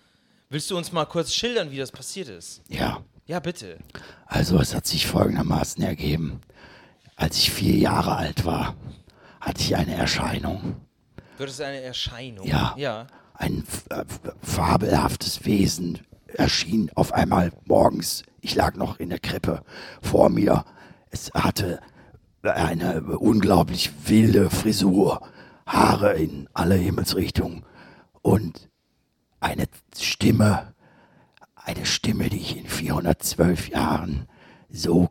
Speaker 3: Willst du uns mal kurz schildern, wie das passiert ist?
Speaker 6: Ja.
Speaker 3: Ja, bitte.
Speaker 6: Also es hat sich folgendermaßen ergeben. Als ich vier Jahre alt war, hatte ich eine Erscheinung.
Speaker 3: Wird es eine Erscheinung?
Speaker 6: Ja.
Speaker 3: Ja.
Speaker 6: Ein f- äh, f- fabelhaftes Wesen erschien auf einmal morgens. Ich lag noch in der Krippe vor mir. Es hatte eine unglaublich wilde Frisur, Haare in alle Himmelsrichtungen und eine Stimme, eine Stimme, die ich in 412 Jahren so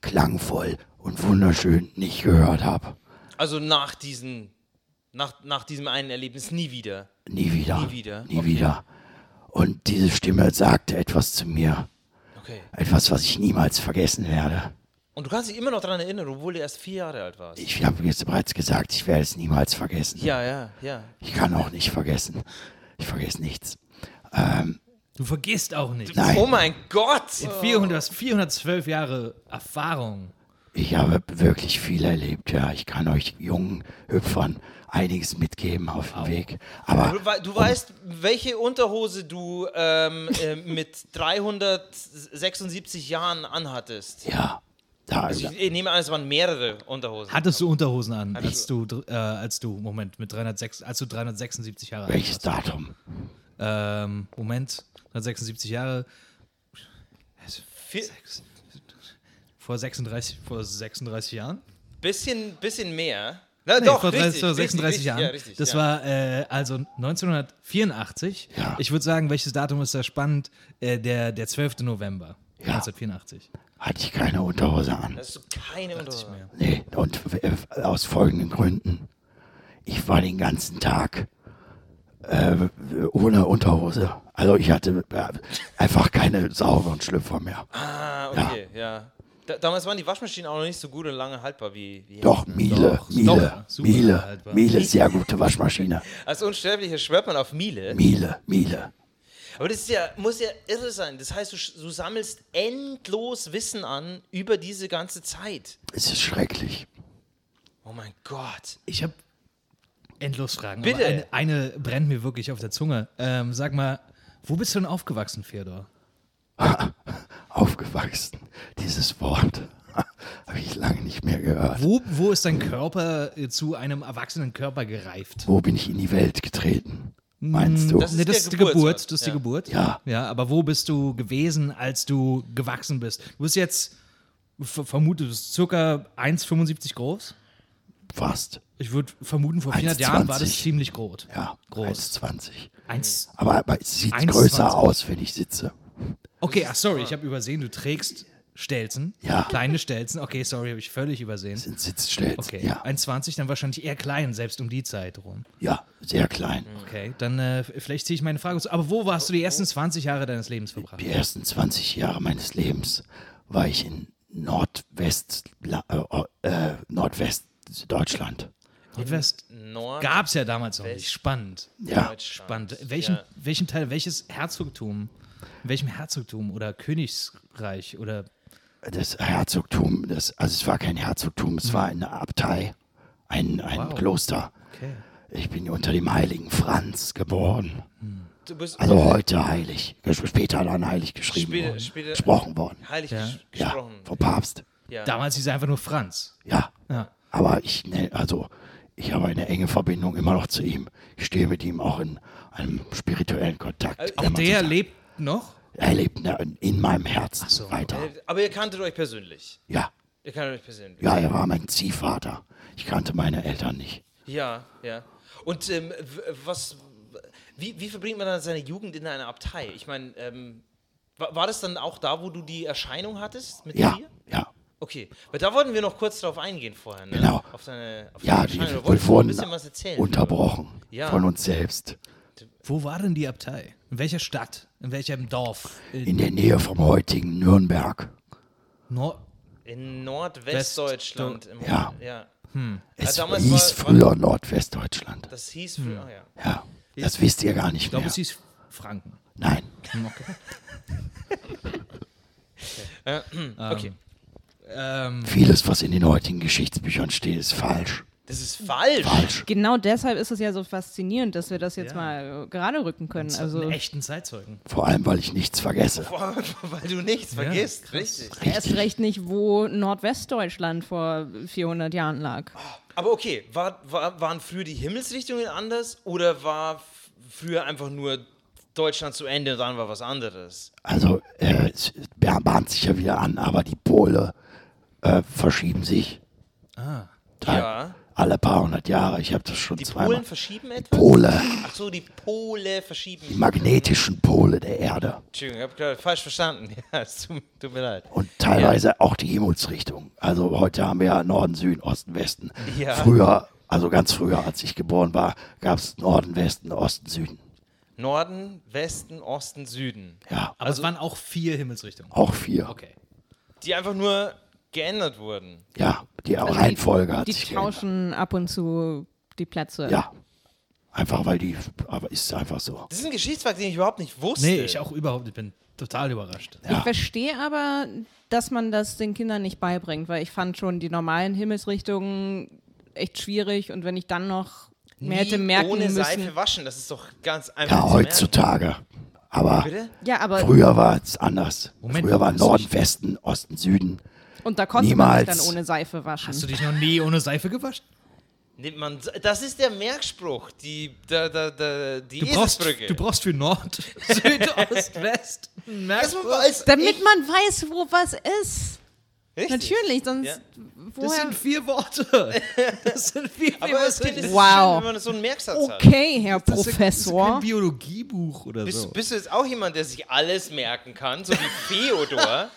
Speaker 6: klangvoll und wunderschön nicht gehört habe.
Speaker 3: Also nach diesem, nach, nach diesem einen Erlebnis nie wieder.
Speaker 6: Nie wieder.
Speaker 3: Nie wieder,
Speaker 6: Nie
Speaker 3: okay.
Speaker 6: wieder. Und diese Stimme sagte etwas zu mir.
Speaker 3: Okay.
Speaker 6: Etwas, was ich niemals vergessen werde.
Speaker 3: Und du kannst dich immer noch daran erinnern, obwohl du erst vier Jahre alt warst.
Speaker 6: Ich habe jetzt bereits gesagt, ich werde es niemals vergessen.
Speaker 3: ja, ja, ja.
Speaker 6: Ich kann auch nicht vergessen. Ich vergesse nichts.
Speaker 5: Du vergisst auch nicht.
Speaker 6: Nein.
Speaker 3: Oh mein Gott!
Speaker 5: 400, du hast 412 Jahre Erfahrung.
Speaker 6: Ich habe wirklich viel erlebt, ja. Ich kann euch jungen Hüpfern einiges mitgeben auf dem Weg. Aber
Speaker 3: Du, wei- du weißt, welche Unterhose du ähm, äh, mit 376 Jahren anhattest.
Speaker 6: ja, da
Speaker 3: Also ich, ich nehme an, es waren mehrere Unterhosen.
Speaker 5: Hattest du Unterhosen an, als du, dr- äh, als du, Moment, mit 306, als du 376 Jahre alt
Speaker 6: welches Datum?
Speaker 5: Ähm, Moment, 376 Jahre. Also,
Speaker 3: Viel,
Speaker 5: Sechs- Vor 36, vor 36 Jahren?
Speaker 3: bisschen, bisschen mehr. Na,
Speaker 5: Nee,
Speaker 3: Äh, doch,
Speaker 5: vor
Speaker 3: richtig,
Speaker 5: vor 36
Speaker 3: richtig,
Speaker 5: Jahren.
Speaker 3: Richtig, ja, richtig,
Speaker 5: das
Speaker 3: ja.
Speaker 5: war äh, also 1984.
Speaker 6: Ja.
Speaker 5: Ich würde sagen, welches Datum ist da spannend? Äh, der, der 12. November
Speaker 6: Ja.
Speaker 5: 1984.
Speaker 6: Hatte ich keine Unterhose an.
Speaker 3: Das ist so keine Unterhose.
Speaker 5: mehr.
Speaker 6: Nee, und w- äh, aus folgenden Gründen. Ich war den ganzen Tag äh, ohne Unterhose. Also ich hatte äh, einfach keine sauberen Schlüpfer mehr.
Speaker 3: Ah, okay, ja. Da, damals waren die Waschmaschinen auch noch nicht so gut und lange haltbar wie, wie
Speaker 6: Doch, Miele,
Speaker 5: Doch,
Speaker 6: Miele,
Speaker 5: doch, super
Speaker 6: Miele,
Speaker 5: haltbar.
Speaker 6: Miele, sehr gute Waschmaschine.
Speaker 3: Als Unsterblicher schwört man auf Miele.
Speaker 6: Miele, Miele.
Speaker 3: Aber das ist ja, muss ja irre sein. Das heißt, du, sch- du sammelst endlos Wissen an über diese ganze Zeit.
Speaker 6: Es ist schrecklich.
Speaker 3: Oh mein Gott.
Speaker 5: Ich habe endlos Fragen.
Speaker 3: Bitte.
Speaker 5: Aber eine, eine brennt mir wirklich auf der Zunge. Ähm, sag mal, wo bist du denn aufgewachsen, Fedor?
Speaker 6: Aufgewachsen. Dieses Wort (laughs) habe ich lange nicht mehr gehört.
Speaker 5: Wo, wo ist dein Körper äh, zu einem erwachsenen Körper gereift?
Speaker 6: Wo bin ich in die Welt getreten? Meinst du?
Speaker 3: Das ist
Speaker 5: Nee, Mm,
Speaker 3: der
Speaker 5: das ist die
Speaker 3: Geburtsort.
Speaker 5: Geburt. Das ist
Speaker 3: Ja.
Speaker 5: die Geburt.
Speaker 6: Ja.
Speaker 5: Ja, aber wo bist du gewesen, als du gewachsen bist? Du bist jetzt, ver- vermute, du bist circa 1,75 groß.
Speaker 6: Fast.
Speaker 5: Ich würde vermuten, vor 400 Jahren war das
Speaker 6: 1,20.
Speaker 5: ziemlich groß.
Speaker 6: Ja,
Speaker 5: Groß.
Speaker 6: 1,20.
Speaker 5: Eins.
Speaker 6: Aber, aber es sieht
Speaker 5: 1,20.
Speaker 6: größer aus, wenn ich sitze.
Speaker 5: Okay, ach sorry, ich habe übersehen, du trägst Stelzen.
Speaker 6: Ja.
Speaker 5: Kleine Stelzen. Okay, sorry, habe ich völlig übersehen.
Speaker 6: sind Sitzstells.
Speaker 5: Okay,
Speaker 6: Ja.
Speaker 5: 1,20 dann wahrscheinlich eher klein, selbst um die Zeit rum.
Speaker 6: ja, sehr klein.
Speaker 5: Okay, dann äh, vielleicht ziehe ich meine Frage. zu- Aber wo warst du die ersten 20 Jahre deines Lebens verbracht?
Speaker 6: Die ersten 20 Jahre meines Lebens war ich in Nordwest, La- äh, äh, Nordwestdeutschland.
Speaker 5: Nordwest
Speaker 3: Nord
Speaker 5: gab es ja damals noch nicht. Spannend.
Speaker 6: Ja,
Speaker 5: Spannend. Welchen,
Speaker 3: Ja.
Speaker 5: welchen Teil, welches Herzogtum, in welchem Herzogtum oder Königsreich oder
Speaker 6: das Herzogtum, das, also es war kein Herzogtum, es war eine Abtei, ein, ein
Speaker 5: Wow.
Speaker 6: Kloster.
Speaker 5: okay.
Speaker 6: Ich bin unter dem heiligen Franz geboren.
Speaker 3: Du bist
Speaker 6: Also heute heilig, ges- später dann heilig geschrieben
Speaker 3: Später-
Speaker 6: worden,
Speaker 3: später-
Speaker 6: gesprochen worden.
Speaker 3: heilig ges-
Speaker 6: Ja,
Speaker 3: gesprochen.
Speaker 6: vom Papst.
Speaker 3: Ja.
Speaker 5: Damals hieß er einfach nur Franz.
Speaker 6: Ja.
Speaker 5: Ja.
Speaker 6: Aber ich, ne, also, ich habe eine enge Verbindung immer noch zu ihm. Ich stehe mit ihm auch in einem spirituellen Kontakt.
Speaker 3: Äh,
Speaker 6: kann
Speaker 5: Und
Speaker 6: man so
Speaker 5: der
Speaker 6: sagen.
Speaker 5: lebt noch?
Speaker 6: er lebt ne, in meinem Herzen
Speaker 5: so.
Speaker 6: weiter.
Speaker 3: Aber ihr kanntet euch persönlich.
Speaker 6: Ja.
Speaker 3: Ihr kanntet euch persönlich.
Speaker 6: ja, er war mein Ziehvater. Ich kannte meine Eltern nicht.
Speaker 3: Ja, ja. Und ähm, w- was, wie, wie verbringt man dann seine Jugend in einer Abtei? Ich meine, ähm, War, war das dann auch da, wo du die Erscheinung hattest mit
Speaker 6: Ja,
Speaker 3: dir?
Speaker 6: ja.
Speaker 3: Okay, aber da wollten wir noch kurz drauf eingehen vorher. Ne?
Speaker 6: Genau.
Speaker 3: Auf deine, auf
Speaker 6: Ja,
Speaker 3: deine Erscheinung.
Speaker 6: wir
Speaker 3: Da wolltest du ein
Speaker 6: wurden
Speaker 3: bisschen was erzählen.
Speaker 6: unterbrochen
Speaker 3: Ja.
Speaker 6: von uns selbst.
Speaker 5: Wo war denn die Abtei? In welcher Stadt? In welchem Dorf? Äh, In
Speaker 6: In der Nähe vom heutigen Nürnberg.
Speaker 5: Nor
Speaker 3: In Nordwestdeutschland. im
Speaker 6: Ja.
Speaker 3: ja.
Speaker 6: Es
Speaker 3: Ja, damals
Speaker 6: hieß
Speaker 3: war- war-
Speaker 6: früher Nordwestdeutschland.
Speaker 3: Das hieß früher, ah, ja.
Speaker 6: Ja, das wisst ihr gar nicht
Speaker 5: ich glaube,
Speaker 6: mehr.
Speaker 5: es hieß Franken. Hm,
Speaker 6: Nein,
Speaker 3: Äh, okay,
Speaker 5: Ähm,
Speaker 6: vieles, was in den heutigen Geschichtsbüchern steht, ist falsch.
Speaker 3: das ist falsch.
Speaker 6: Falsch.
Speaker 4: Genau deshalb ist es ja so faszinierend, dass wir das jetzt mal äh, gerade rücken können. Also
Speaker 5: einen echten Zeitzeugen.
Speaker 6: Vor allem, weil ich nichts vergesse.
Speaker 3: Boah, (laughs) Weil du nichts vergisst, richtig.
Speaker 4: erst recht nicht, wo Nordwestdeutschland vor 400 Jahren lag.
Speaker 3: Aber okay, war, war, waren früher die Himmelsrichtungen anders oder war f- früher einfach nur Deutschland zu Ende und dann war was anderes?
Speaker 6: Also, äh, es beh- bahnt sich ja wieder an, aber die Pole äh, verschieben sich. Ah.
Speaker 3: Ja.
Speaker 6: Alle paar hundert Jahre. Ich habe das schon
Speaker 3: Die
Speaker 6: zweimal.
Speaker 3: Polen verschieben etwas?
Speaker 6: Pole,
Speaker 3: Ach so, die Pole verschieben.
Speaker 6: die magnetischen Pole der Erde.
Speaker 3: Entschuldigung, ich habe gerade falsch verstanden. (laughs) Ja, es tut, tut mir leid.
Speaker 6: Und teilweise auch die Himmelsrichtung. Also heute haben wir ja Norden, Süden, Osten, Westen.
Speaker 3: Ja.
Speaker 6: Früher, also ganz früher, als ich geboren war, gab es Norden, Westen, Osten, Süden.
Speaker 3: Norden, Westen, Osten, Süden.
Speaker 6: Ja,
Speaker 5: Aber es waren auch vier Himmelsrichtungen.
Speaker 6: auch vier.
Speaker 5: Okay.
Speaker 3: Die einfach nur geändert wurden.
Speaker 6: Ja, die Reihenfolge hat
Speaker 4: Die
Speaker 6: sich geändert.
Speaker 4: tauschen ab und zu die Plätze.
Speaker 6: Ja, einfach weil die, aber ist einfach so.
Speaker 3: Das ist ein Geschichtsfakt, den ich überhaupt nicht wusste.
Speaker 5: Nee, ich auch überhaupt. Ich bin total überrascht.
Speaker 4: Ich verstehe aber, dass man das den Kindern nicht beibringt, weil ich fand schon die normalen Himmelsrichtungen echt schwierig und wenn ich dann noch mehr hätte
Speaker 3: Nie
Speaker 4: merken
Speaker 3: ohne
Speaker 4: müssen.
Speaker 3: Seife waschen, das ist doch ganz einfach.
Speaker 6: Ja,
Speaker 3: zu merken.
Speaker 6: heutzutage. Aber
Speaker 3: Bitte?
Speaker 4: Ja, aber
Speaker 6: früher war es anders.
Speaker 5: Moment,
Speaker 6: früher war
Speaker 5: das
Speaker 6: Norden,
Speaker 5: ist-
Speaker 6: Westen, Osten, Süden.
Speaker 4: und da konnte man sich
Speaker 6: niemals.
Speaker 4: dann ohne Seife waschen.
Speaker 5: Hast du dich noch nie ohne Seife gewaschen?
Speaker 3: Nimmt man, das ist der Merkspruch, die, da, da, da, die
Speaker 5: Du brauchst,
Speaker 3: Eselsbrücke.
Speaker 5: du brauchst für Nord, (laughs) Süd, Ost, West. Merkst
Speaker 3: Erstmal mal als
Speaker 4: Damit
Speaker 3: ich-
Speaker 4: man weiß, wo was ist.
Speaker 3: Richtig.
Speaker 4: Natürlich, sonst
Speaker 3: Ja.
Speaker 5: Das
Speaker 4: woher?
Speaker 5: sind vier Worte. Das sind vier
Speaker 3: Aber als Kind ist es
Speaker 4: Wow.
Speaker 3: schön, wenn man so einen Merksatz hat.
Speaker 4: Okay, Herr Professor.
Speaker 5: Ein Biologiebuch oder
Speaker 3: Bist,
Speaker 5: so.
Speaker 3: bist du jetzt auch jemand, der sich alles merken kann, so
Speaker 4: (laughs)
Speaker 3: wie Theodor?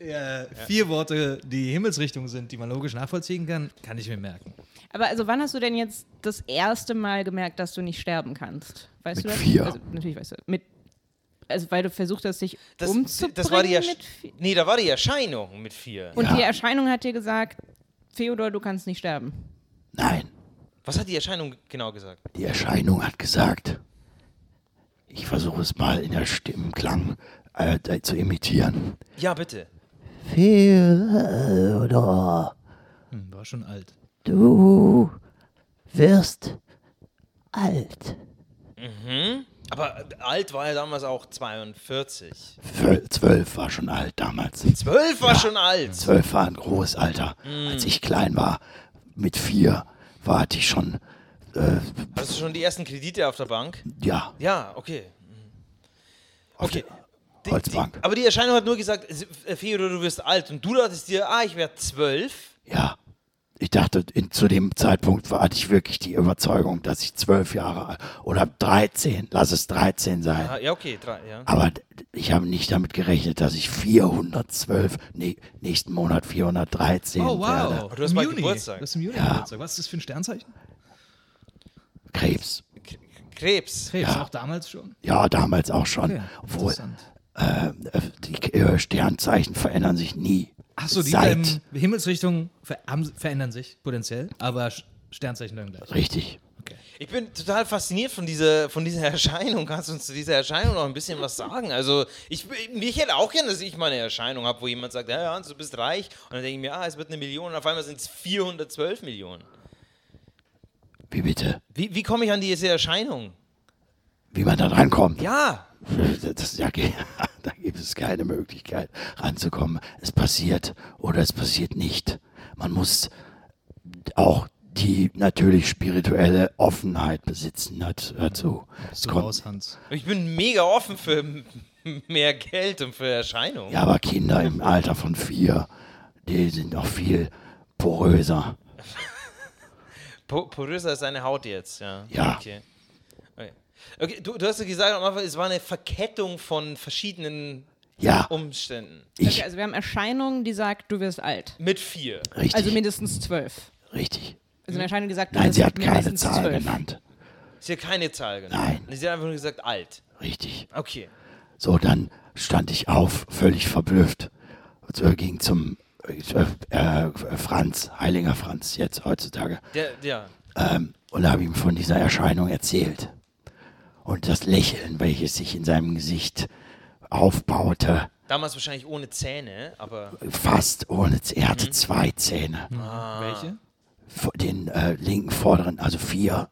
Speaker 5: äh, vier Worte, die Himmelsrichtung sind, die man logisch nachvollziehen kann, kann ich mir merken.
Speaker 4: Aber also wann hast du denn jetzt das erste Mal gemerkt, dass du nicht sterben kannst? Weißt
Speaker 6: Mit
Speaker 4: du das?
Speaker 6: vier.
Speaker 4: Also, natürlich weißt du. Mit, also weil du versucht hast, dich
Speaker 3: Das,
Speaker 4: umzubringen
Speaker 3: das war die Ersch
Speaker 4: Um mit vier.
Speaker 3: Nee, da war die Erscheinung mit vier.
Speaker 4: Und
Speaker 6: Ja.
Speaker 4: die Erscheinung hat dir gesagt, Theodor, du kannst nicht sterben.
Speaker 6: Nein,
Speaker 3: Was hat die Erscheinung genau gesagt?
Speaker 6: die Erscheinung hat gesagt, ich versuche es mal in der Stimmklang äh, äh, zu imitieren.
Speaker 3: Ja, bitte.
Speaker 6: Theodor,
Speaker 5: Hm, war schon alt.
Speaker 6: du wirst alt.
Speaker 3: Aber äh, alt war er damals auch 42.
Speaker 6: Völ- Zwölf war schon alt damals.
Speaker 3: Zwölf war schon alt.
Speaker 6: Zwölf war ein großes Alter. Als
Speaker 5: Mm.
Speaker 6: ich klein war, mit vier, war hatte ich schon, äh,
Speaker 3: Hattest du schon die ersten Kredite auf der Bank?
Speaker 6: ja,
Speaker 3: Ja, okay. Okay. Die-
Speaker 6: Holzbank.
Speaker 3: Die, aber die Erscheinung hat nur gesagt, äh, Theodor, du wirst alt. Und du dachtest dir, ah, ich werde zwölf.
Speaker 6: ja. Ich dachte, in, zu dem Zeitpunkt war, hatte ich wirklich die Überzeugung, dass ich zwölf Jahre alt oder 13, lass es 13 sein.
Speaker 3: Ah, ja, okay, drei, ja.
Speaker 6: Aber d- ich habe nicht damit gerechnet, dass ich 412, nee, nächsten Monat 413
Speaker 5: Oh, wow.
Speaker 6: werde.
Speaker 3: du hast
Speaker 5: Im
Speaker 3: bald
Speaker 5: Juni.
Speaker 3: Geburtstag.
Speaker 5: Du hast im Juni Geburtstag. Was ist das für ein Sternzeichen?
Speaker 6: Krebs.
Speaker 3: K Krebs.
Speaker 5: Krebs, auch damals schon.
Speaker 6: Ja, damals auch schon.
Speaker 5: Okay,
Speaker 6: Obwohl,
Speaker 5: interessant.
Speaker 6: äh, die äh, Sternzeichen verändern sich nie.
Speaker 5: Achso, die
Speaker 6: Seit.
Speaker 5: ähm, Himmelsrichtungen ver haben, verändern sich potenziell, aber Sch- Sternzeichen bleiben gleich.
Speaker 6: Richtig.
Speaker 3: Ich bin total fasziniert von dieser, von dieser (laughs) Erscheinung. Kannst du uns zu dieser Erscheinung noch ein bisschen was sagen? Also, ich, ich hätte auch gerne, dass ich mal eine Erscheinung habe, wo jemand sagt, ja, Hans, du bist reich. Und dann denke ich mir, ah, es wird eine Million. Und auf einmal sind es 412 Millionen.
Speaker 6: Wie bitte?
Speaker 3: Wie, wie komme ich an diese Erscheinung?
Speaker 6: Wie man da rankommt.
Speaker 3: Ja,
Speaker 6: Das, ja, ge- (laughs) da gibt es keine Möglichkeit ranzukommen. Es passiert oder es passiert nicht. Man muss auch die natürlich spirituelle Offenheit besitzen dat- dazu. Es
Speaker 5: So
Speaker 6: kommt-
Speaker 5: raus, Hans.
Speaker 3: ich bin mega offen für m- mehr Geld und für Erscheinungen.
Speaker 6: Ja, aber Kinder im Alter von vier, die sind noch viel poröser.
Speaker 3: Po- Poröser ist seine Haut jetzt, ja.
Speaker 6: Ja.
Speaker 3: Okay. Okay, okay du, du hast ja gesagt, am Anfang, es war eine Verkettung von verschiedenen
Speaker 6: Ja,
Speaker 4: Um-
Speaker 3: Umständen.
Speaker 6: ich,
Speaker 4: Okay, also wir haben Erscheinungen, die sagt, du wirst alt.
Speaker 3: Mit vier.
Speaker 6: richtig,
Speaker 4: Also mindestens zwölf.
Speaker 6: richtig.
Speaker 4: Also eine Erscheinung, die sagt, du
Speaker 6: Nein,
Speaker 4: wirst
Speaker 6: sie hat keine
Speaker 4: mindestens
Speaker 6: Zahl
Speaker 4: zwölf.
Speaker 6: genannt.
Speaker 3: Sie hat keine Zahl genannt.
Speaker 6: Nein.
Speaker 3: Sie hat einfach nur gesagt, alt.
Speaker 6: Richtig.
Speaker 3: Okay.
Speaker 6: So, dann stand ich auf, völlig verblüfft. Und so ging zum äh, äh, Franz, Heilinger Franz, jetzt heutzutage.
Speaker 3: Der, ja.
Speaker 6: Ähm, und habe ihm von dieser Erscheinung erzählt. Und das Lächeln, welches sich in seinem Gesicht aufbaute,
Speaker 3: Damals wahrscheinlich ohne Zähne, aber
Speaker 6: fast ohne Zähne. Er hatte
Speaker 5: Mhm.
Speaker 6: zwei Zähne.
Speaker 3: Ah.
Speaker 5: Welche?
Speaker 6: Vor- Den äh, linken vorderen, also vier.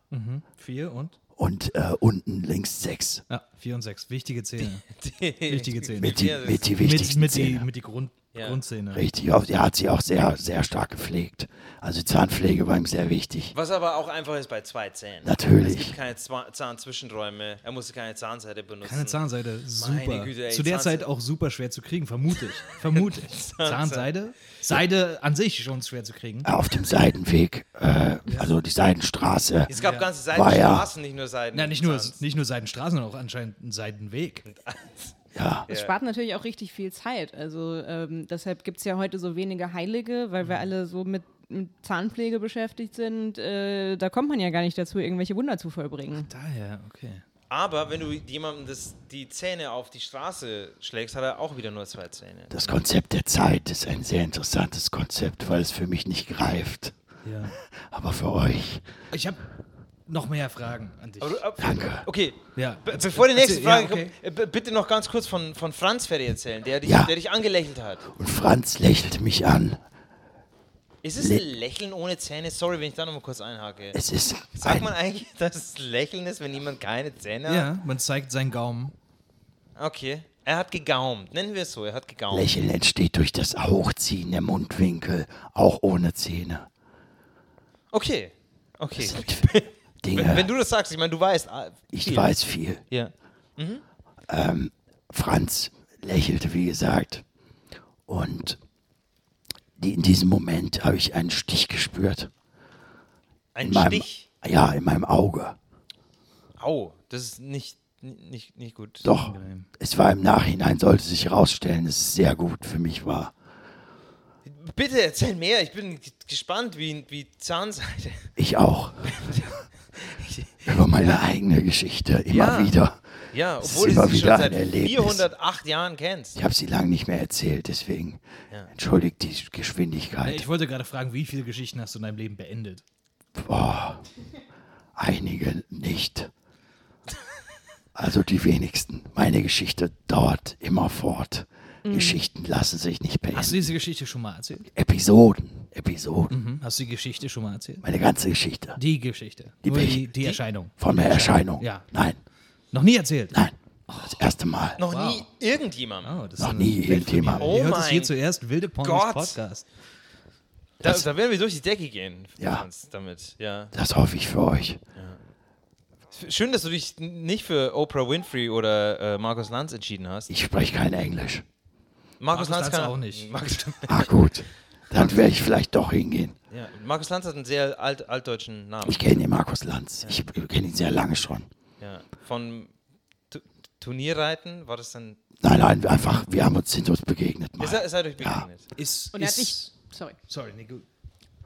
Speaker 5: Vier und?
Speaker 6: Und äh, unten links sechs.
Speaker 5: Ja, vier und sechs. Wichtige Zähne. (laughs)
Speaker 3: (laughs)
Speaker 5: Wichtige Zähne.
Speaker 6: Mit die,
Speaker 3: Ja, das-
Speaker 6: mit die
Speaker 5: Mit,
Speaker 6: wichtigsten
Speaker 5: mit, die,
Speaker 6: Zähne.
Speaker 5: mit die Grund,
Speaker 3: Ja.
Speaker 5: Grundzähne.
Speaker 6: Richtig, auf- er hat sie auch sehr, sehr stark gepflegt. Also Zahnpflege war ihm sehr wichtig.
Speaker 3: was aber auch einfach ist bei zwei Zähnen.
Speaker 6: Natürlich.
Speaker 3: Es gibt keine Zwa- Zahnzwischenräume. Er musste keine Zahnseite benutzen.
Speaker 5: Keine Zahnseide, super.
Speaker 3: Güte, ey,
Speaker 5: zu der
Speaker 3: Zahnseide-
Speaker 5: Zeit auch super schwer zu kriegen, vermute ich. Vermute ich. Zahnseide? Seide an sich schon schwer zu kriegen.
Speaker 6: Auf dem Seidenweg, äh, also die Seidenstraße.
Speaker 3: Es gab ganze
Speaker 6: War ja-
Speaker 3: Seitenstraßen, nicht nur Seiten.
Speaker 5: Na, nicht nur, nicht nur Seidenstraßen, sondern auch anscheinend einen Seidenweg.
Speaker 6: Ja,
Speaker 4: Das spart natürlich auch richtig viel Zeit. Also ähm, deshalb gibt es ja heute so wenige Heilige, weil wir alle so mit, mit Zahnpflege beschäftigt sind. Äh, da kommt man ja gar nicht dazu, irgendwelche Wunder zu vollbringen.
Speaker 5: Daher, okay.
Speaker 3: Aber wenn du jemandem das, die Zähne auf die Straße schlägst, hat er auch wieder nur zwei Zähne.
Speaker 6: das Konzept der Zeit ist ein sehr interessantes Konzept, weil es für mich nicht greift.
Speaker 5: Ja.
Speaker 6: (laughs) Aber für euch,
Speaker 5: Ich habe noch mehr Fragen an dich.
Speaker 3: Aber du- ab-
Speaker 6: danke.
Speaker 3: Okay.
Speaker 5: Ja.
Speaker 3: Be bevor die nächste
Speaker 5: Erzähl-
Speaker 3: Frage
Speaker 5: ja, okay.
Speaker 3: kommt, äh, b- bitte noch ganz kurz von, von Franz Ferry erzählen, der dich,
Speaker 6: Ja.
Speaker 3: der dich angelächelt hat.
Speaker 6: Und Franz lächelte mich an.
Speaker 3: Ist es
Speaker 6: Le-
Speaker 3: Lächeln ohne Zähne? Sorry, wenn ich da nochmal kurz einhake.
Speaker 6: Es ist
Speaker 3: Sagt man
Speaker 6: ein,
Speaker 3: eigentlich, (laughs) dass es Lächeln ist, wenn jemand keine Zähne hat?
Speaker 5: Ja, man zeigt seinen Gaumen.
Speaker 3: Okay. Er hat gegaumt. Nennen wir es so, er hat gegaumt.
Speaker 6: Lächeln entsteht durch das Hochziehen der Mundwinkel, auch ohne Zähne.
Speaker 3: Okay. Okay. (laughs) Wenn, wenn
Speaker 6: Dinge,
Speaker 3: du das sagst, ich meine, du weißt. ah,
Speaker 6: ich
Speaker 3: viel.
Speaker 6: weiß viel.
Speaker 3: Ja.
Speaker 6: Franz lächelte, wie gesagt. Und die, in diesem Moment habe ich einen Stich gespürt.
Speaker 3: Ein
Speaker 6: In meinem,
Speaker 3: Stich.
Speaker 6: Ja, in meinem Auge.
Speaker 3: Au, das ist nicht, nicht, nicht gut.
Speaker 6: Doch, es war im Nachhinein, sollte sich herausstellen, dass es sehr gut für mich war.
Speaker 3: Bitte erzähl mehr, ich bin g- gespannt, wie, wie Zahnseide. (laughs)
Speaker 6: Ich auch. Über meine eigene Geschichte, immer
Speaker 3: Ja.
Speaker 6: wieder.
Speaker 3: Ja,
Speaker 6: Es ist
Speaker 3: obwohl du
Speaker 6: immer
Speaker 3: sie
Speaker 6: wieder
Speaker 3: schon seit
Speaker 6: ein Erlebnis.
Speaker 3: 408 Jahren kennst.
Speaker 6: Ich habe sie lange nicht mehr erzählt, deswegen entschuldigt die Geschwindigkeit.
Speaker 5: Ich wollte gerade fragen, wie viele Geschichten hast du in deinem Leben beendet?
Speaker 6: Boah, einige nicht. Also die wenigsten. Meine Geschichte dauert immer fort.
Speaker 3: Mhm.
Speaker 6: Geschichten lassen sich nicht
Speaker 5: Hast
Speaker 6: beenden.
Speaker 5: du diese Geschichte schon mal erzählt?
Speaker 6: Episoden, Episoden.
Speaker 3: Mhm.
Speaker 5: Hm? Hast du die Geschichte schon mal erzählt?
Speaker 6: Meine ganze Geschichte.
Speaker 5: Die Geschichte.
Speaker 6: Die
Speaker 5: Nur
Speaker 6: Bech-
Speaker 5: die, die,
Speaker 6: die-
Speaker 5: Erscheinung.
Speaker 6: Von der Erscheinung.
Speaker 5: Ja.
Speaker 6: Nein,
Speaker 5: Noch nie erzählt.
Speaker 6: nein. Das erste Mal.
Speaker 3: Oh. Noch
Speaker 5: Wow.
Speaker 3: nie irgendjemand.
Speaker 5: Oh, das
Speaker 6: Noch
Speaker 5: eine
Speaker 6: nie
Speaker 5: Weltpremiere.
Speaker 6: irgendjemand.
Speaker 5: Ihr
Speaker 3: Oh
Speaker 5: hört es
Speaker 3: mein
Speaker 5: hier zuerst, Wilde Ponys
Speaker 3: Gott.
Speaker 5: Podcast.
Speaker 3: Da, da werden wir durch die Decke gehen.
Speaker 6: Ja.
Speaker 3: Franz, Damit. Ja.
Speaker 6: Das hoffe ich für euch.
Speaker 3: F- Schön, dass du dich n- nicht für Oprah Winfrey oder äh, Markus Lanz entschieden hast.
Speaker 6: Ich spreche kein Englisch.
Speaker 3: Markus,
Speaker 5: Lanz
Speaker 3: kann
Speaker 5: auch nicht.
Speaker 3: Markus, (laughs)
Speaker 6: Ah gut, dann werde ich vielleicht doch hingehen.
Speaker 3: ja. Markus Lanz hat einen sehr alt, altdeutschen Namen.
Speaker 6: Ich kenne den Markus Lanz. Ich kenne ihn sehr lange schon.
Speaker 3: Ja. Von Tu- Turnierreiten war das dann.
Speaker 6: Nein, nein, einfach, wir haben uns, sind uns begegnet. Mal.
Speaker 3: Ist er, ist er durch begegnet?
Speaker 5: (laughs) Ist,
Speaker 4: Und er hat
Speaker 5: ist-
Speaker 4: dich. Sorry.
Speaker 5: Sorry, nee, gut.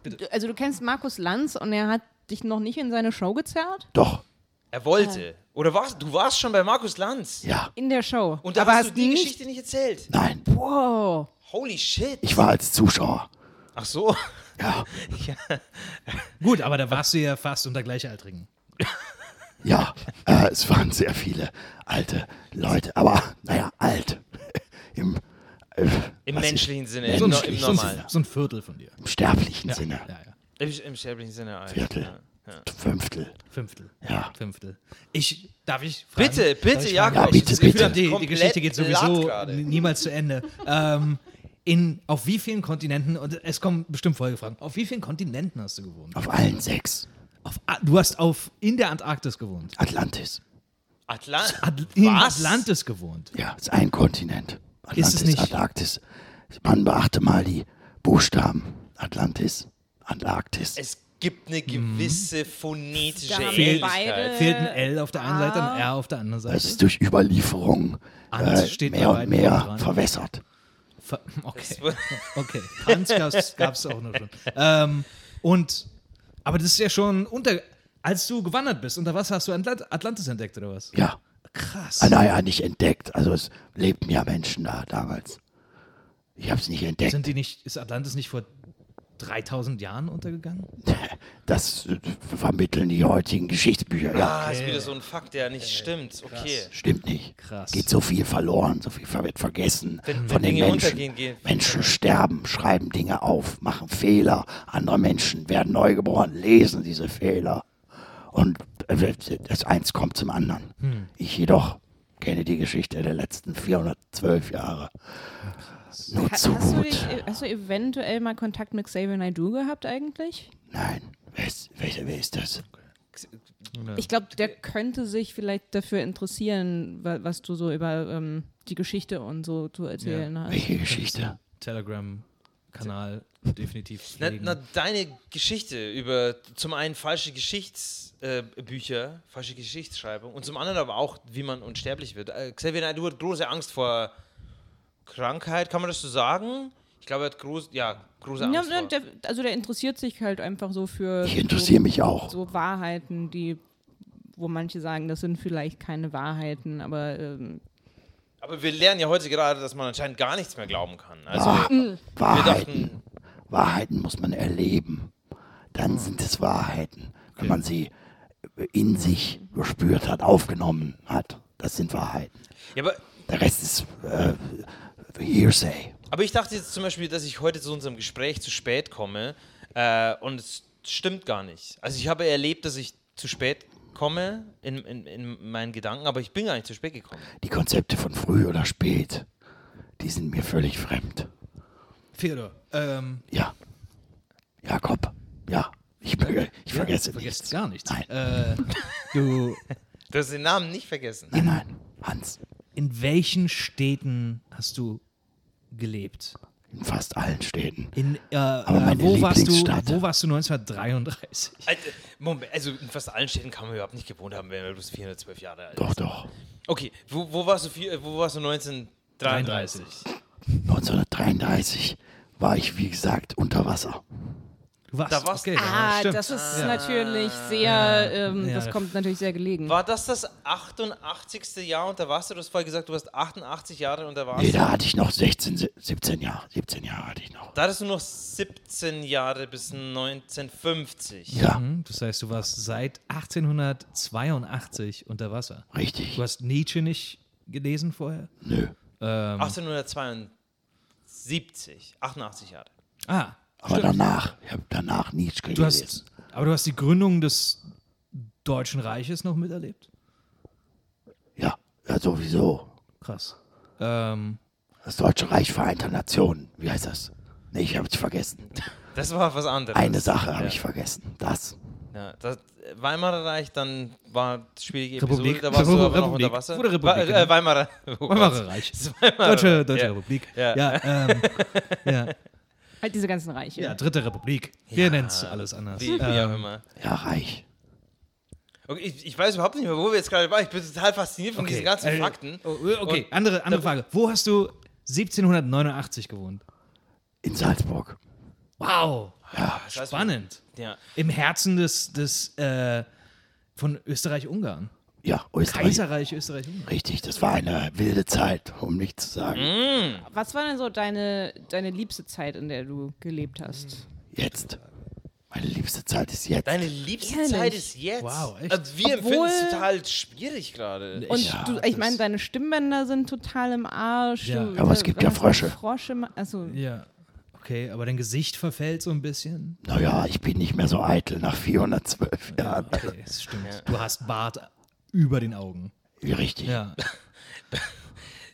Speaker 4: Du- Also du kennst Markus Lanz und er hat dich noch nicht in seine Show gezerrt?
Speaker 6: Doch,
Speaker 3: Er wollte. Ah. Oder warst du warst schon bei Markus Lanz?
Speaker 6: ja,
Speaker 4: In der Show.
Speaker 3: Und da
Speaker 4: Aber
Speaker 3: hast du
Speaker 4: hast
Speaker 3: die
Speaker 4: nicht.
Speaker 3: Geschichte nicht erzählt.
Speaker 6: nein.
Speaker 4: Wow.
Speaker 3: Holy shit.
Speaker 6: Ich war als Zuschauer.
Speaker 3: Ach so. (laughs)
Speaker 6: Ja,
Speaker 5: Gut, aber da warst du ja fast unter Gleichaltrigen.
Speaker 6: ja. Äh, es waren sehr viele alte Leute, aber naja, alt. Im, äh,
Speaker 3: Im
Speaker 6: was
Speaker 3: menschlichen Sinne,
Speaker 6: Im,
Speaker 3: im No-
Speaker 6: menschlichen,
Speaker 3: im
Speaker 5: so,
Speaker 3: Normal.
Speaker 5: ein, so ein Viertel von dir.
Speaker 6: im sterblichen Sinne.
Speaker 5: Ja, ja.
Speaker 3: Im, im sterblichen Sinne. Alter.
Speaker 6: Viertel, Fünftel.
Speaker 5: Fünftel.
Speaker 6: Ja.
Speaker 5: Fünftel. Ich, darf ich fragen?
Speaker 3: Bitte,
Speaker 5: darf
Speaker 3: bitte,
Speaker 5: ich
Speaker 3: Jakob.
Speaker 5: fragen?
Speaker 6: Ja,
Speaker 3: ich-
Speaker 6: bitte,
Speaker 3: ich
Speaker 6: bitte.
Speaker 3: bin
Speaker 5: Die, die
Speaker 3: komplett
Speaker 5: Geschichte geht
Speaker 3: platt
Speaker 5: sowieso
Speaker 3: gerade.
Speaker 5: n- niemals zu Ende. ähm, in, auf wie vielen Kontinenten, und es kommen bestimmt Folgefragen, auf wie vielen Kontinenten hast du gewohnt?
Speaker 6: Auf allen sechs.
Speaker 5: Auf, A- du hast auf, in der Antarktis gewohnt.
Speaker 6: Atlantis.
Speaker 3: Atlan
Speaker 5: Ad, in
Speaker 3: Was?
Speaker 5: Atlantis gewohnt.
Speaker 6: Ja, ist ein Kontinent. Atlantis,
Speaker 5: Ist es nicht-
Speaker 6: Antarktis. Man beachte mal die Buchstaben. Atlantis, Antarktis.
Speaker 3: Es gibt eine gewisse phonetische
Speaker 4: Da haben wir
Speaker 5: Fehlt,
Speaker 4: beide-
Speaker 3: Ähnlichkeit.
Speaker 5: fehlt ein L auf der einen Seite und ein R auf der anderen Seite.
Speaker 6: Es ist durch Überlieferung
Speaker 5: Ans
Speaker 6: äh,
Speaker 5: steht
Speaker 6: mehr
Speaker 5: bei
Speaker 6: und
Speaker 5: beiden
Speaker 6: mehr
Speaker 5: dran.
Speaker 6: verwässert.
Speaker 5: Ver- (laughs) Okay. okay. Hans gab es auch noch schon. Ähm, und, aber das ist ja schon unter. Als du gewandert bist, unter Wasser hast du Atlant Atlantis entdeckt oder was?
Speaker 6: Ja.
Speaker 5: Krass.
Speaker 6: Ah, naja, nicht entdeckt. Also es lebten ja Menschen da damals. Ich habe es nicht entdeckt.
Speaker 5: Sind die nicht, ist Atlantis nicht vor 3000 Jahren untergegangen?
Speaker 6: Das äh, vermitteln die heutigen Geschichtsbücher. Ja,
Speaker 3: Ah, ist wieder so ein Fakt, der nicht stimmt. Okay.
Speaker 6: stimmt nicht.
Speaker 5: Krass.
Speaker 6: Geht so viel verloren, so viel ver- wird vergessen
Speaker 3: Wenn-
Speaker 6: von
Speaker 3: wenn
Speaker 6: den
Speaker 3: Dinge
Speaker 6: Menschen.
Speaker 3: untergehen, gehen-
Speaker 6: Menschen sterben, schreiben Dinge auf, machen Fehler. Andere Menschen werden neugeboren, lesen diese Fehler. Und äh, das eins kommt zum anderen.
Speaker 3: Hm.
Speaker 6: Ich jedoch kenne die Geschichte der letzten 412 Jahre. Nur
Speaker 4: Hast
Speaker 6: zu
Speaker 4: du,
Speaker 6: gut.
Speaker 4: dich, äh, hast du eventuell mal Kontakt mit Xavier Naidoo gehabt eigentlich?
Speaker 6: Nein, wer ist, welcher, wer ist das?
Speaker 4: Ich glaube, der könnte sich vielleicht dafür interessieren, wa- was du so über ähm, die Geschichte und so zu erzählen hast.
Speaker 6: Welche Geschichte?
Speaker 5: Telegram-Kanal definitiv.
Speaker 3: Na,
Speaker 5: pflegen.
Speaker 3: na, deine Geschichte über zum einen falsche Geschichtsbücher, äh, Bücher, falsche Geschichtsschreibung und zum anderen aber auch, wie man unsterblich wird. Äh, Xavier Naidoo hat große Angst vor Krankheit, kann man das so sagen? Ich glaube, er hat groß, ja, große
Speaker 4: Ja,
Speaker 3: Angst
Speaker 4: ne,
Speaker 3: vor.
Speaker 4: der, also der interessiert sich halt einfach so für
Speaker 6: Ich interessiere
Speaker 4: so,
Speaker 6: mich auch.
Speaker 4: so Wahrheiten, die, wo manche sagen, das sind vielleicht keine Wahrheiten, aber ähm,
Speaker 3: aber wir lernen ja heute gerade, dass man anscheinend gar nichts mehr glauben kann. Also, wir
Speaker 6: Wahrheiten.
Speaker 3: dachten,
Speaker 6: Wahrheiten muss man erleben. Dann sind es Wahrheiten, wenn man sie in sich gespürt hat, aufgenommen hat. Das sind Wahrheiten.
Speaker 3: ja, aber
Speaker 6: Der Rest ist äh, Hearsay.
Speaker 3: Aber ich dachte jetzt zum Beispiel, dass ich heute zu unserem Gespräch zu spät komme äh, und es stimmt gar nicht. Also ich habe erlebt, dass ich zu spät komme in, in, in meinen Gedanken, aber ich bin gar nicht zu spät gekommen.
Speaker 6: Die Konzepte von früh oder spät, die sind mir völlig fremd.
Speaker 5: Theodor, ähm,
Speaker 6: Ja. Jakob, ja. Ich, be- ich vergesse
Speaker 5: du vergisst
Speaker 6: nichts.
Speaker 5: gar nichts.
Speaker 6: Nein.
Speaker 5: Äh, du,
Speaker 3: Du hast den Namen nicht vergessen.
Speaker 6: Nein, nein. Hans,
Speaker 5: in welchen Städten hast du gelebt?
Speaker 6: in fast allen Städten.
Speaker 5: In, äh, äh,
Speaker 6: meine
Speaker 5: wo, warst du,
Speaker 6: Lieblingsstadt.
Speaker 5: wo warst du 1933?
Speaker 3: (laughs) Alter, Moment, also in fast allen Städten kann man überhaupt nicht gewohnt haben, wenn man bloß 412 Jahre alt
Speaker 6: Doch,
Speaker 3: ist.
Speaker 6: doch.
Speaker 3: Okay, wo, wo, warst, du viel, äh, wo warst du 1933?
Speaker 6: 1933 war ich, wie gesagt, unter Wasser.
Speaker 5: Du warst,
Speaker 3: Da warst-
Speaker 5: okay, ja,
Speaker 4: ah,
Speaker 5: stimmt.
Speaker 4: das ist natürlich sehr, ähm, das kommt natürlich sehr gelegen.
Speaker 3: War das das 88. Jahr unter Wasser? Du hast vorher gesagt, du warst 88 Jahre unter Wasser.
Speaker 6: Nee, da hatte ich noch 16, sie- 17 Jahre. 17 Jahre hatte ich noch.
Speaker 3: Da hattest du noch 17 Jahre bis 1950.
Speaker 6: Ja,
Speaker 5: Hm, Das heißt, du warst seit 1882 unter Wasser.
Speaker 6: richtig.
Speaker 5: Du hast Nietzsche nicht gelesen vorher?
Speaker 6: Nö.
Speaker 5: Genau.
Speaker 3: 1872, 88 Jahre.
Speaker 5: Ah,
Speaker 6: Aber danach, ich habe danach nichts
Speaker 5: du
Speaker 6: gelesen.
Speaker 5: hast, aber du hast die Gründung des Deutschen Reiches noch miterlebt?
Speaker 6: ja, ja, sowieso.
Speaker 5: Krass. Ähm,
Speaker 6: Das Deutsche Reich Vereinter Nationen. Wie heißt das? Nee, ich habe es vergessen.
Speaker 3: Das war was anderes.
Speaker 6: Eine Sache habe
Speaker 3: ja.
Speaker 6: ich vergessen. Das.
Speaker 3: Ja, das äh, Weimarer Reich, dann war es schwierige
Speaker 5: Republik.
Speaker 3: Episode, da warst du aber noch
Speaker 5: Republik.
Speaker 3: unter Wasser.
Speaker 5: Wurde Republik,
Speaker 3: Wa- äh,
Speaker 5: genau.
Speaker 3: Weimarer, oh
Speaker 5: Weimarer
Speaker 3: Gott.
Speaker 5: Reich.
Speaker 3: (laughs) Weimarer
Speaker 5: Deutsche,
Speaker 3: Reich,
Speaker 5: Deutsche
Speaker 3: ja.
Speaker 5: Republik.
Speaker 3: Ja.
Speaker 5: Ja, ähm, ja,
Speaker 3: (laughs)
Speaker 4: halt diese ganzen Reiche.
Speaker 5: ja, Dritte Republik. Wir nennen es alles anders.
Speaker 3: Wie, wie auch
Speaker 5: ähm,
Speaker 3: immer.
Speaker 6: Ja, Reich.
Speaker 3: Okay, ich, ich weiß überhaupt nicht mehr, wo wir jetzt gerade waren. Ich bin total fasziniert von diesen ganzen
Speaker 5: äh,
Speaker 3: Fakten.
Speaker 5: oh, Okay,
Speaker 3: Und-
Speaker 5: andere, andere Frage. Wo hast du 1789 gewohnt?
Speaker 6: In Salzburg.
Speaker 5: Wow,
Speaker 3: Das heißt,
Speaker 5: spannend.
Speaker 3: Ja.
Speaker 5: Im Herzen des, des äh, von Österreich-Ungarn.
Speaker 6: Ja, Österreich.
Speaker 5: Kaiserreich Österreich-Ungarn.
Speaker 6: Richtig, das war eine wilde Zeit, um nicht zu sagen.
Speaker 4: Was war denn so deine, deine liebste Zeit, in der du gelebt hast?
Speaker 6: Hm. Jetzt. Meine liebste Zeit ist jetzt.
Speaker 3: Deine liebste
Speaker 4: Ehrlich?
Speaker 3: Zeit ist jetzt.
Speaker 5: Wow, echt?
Speaker 3: Also wir empfinden
Speaker 4: Obwohl-
Speaker 3: es total schwierig gerade.
Speaker 4: Und
Speaker 6: Ja,
Speaker 4: du, ich
Speaker 5: das-
Speaker 4: meine, deine Stimmbänder sind total im Arsch.
Speaker 5: Ja.
Speaker 4: Du-
Speaker 6: Aber es gibt ja
Speaker 4: hast du
Speaker 6: Frösche.
Speaker 4: Frosche ma- also,
Speaker 5: Ja. Okay, aber dein Gesicht verfällt so ein bisschen.
Speaker 6: Naja, ich bin nicht mehr so eitel nach 412 Jahren.
Speaker 5: Okay, das stimmt. Du hast Bart über den Augen.
Speaker 6: Wie richtig.
Speaker 5: Ja.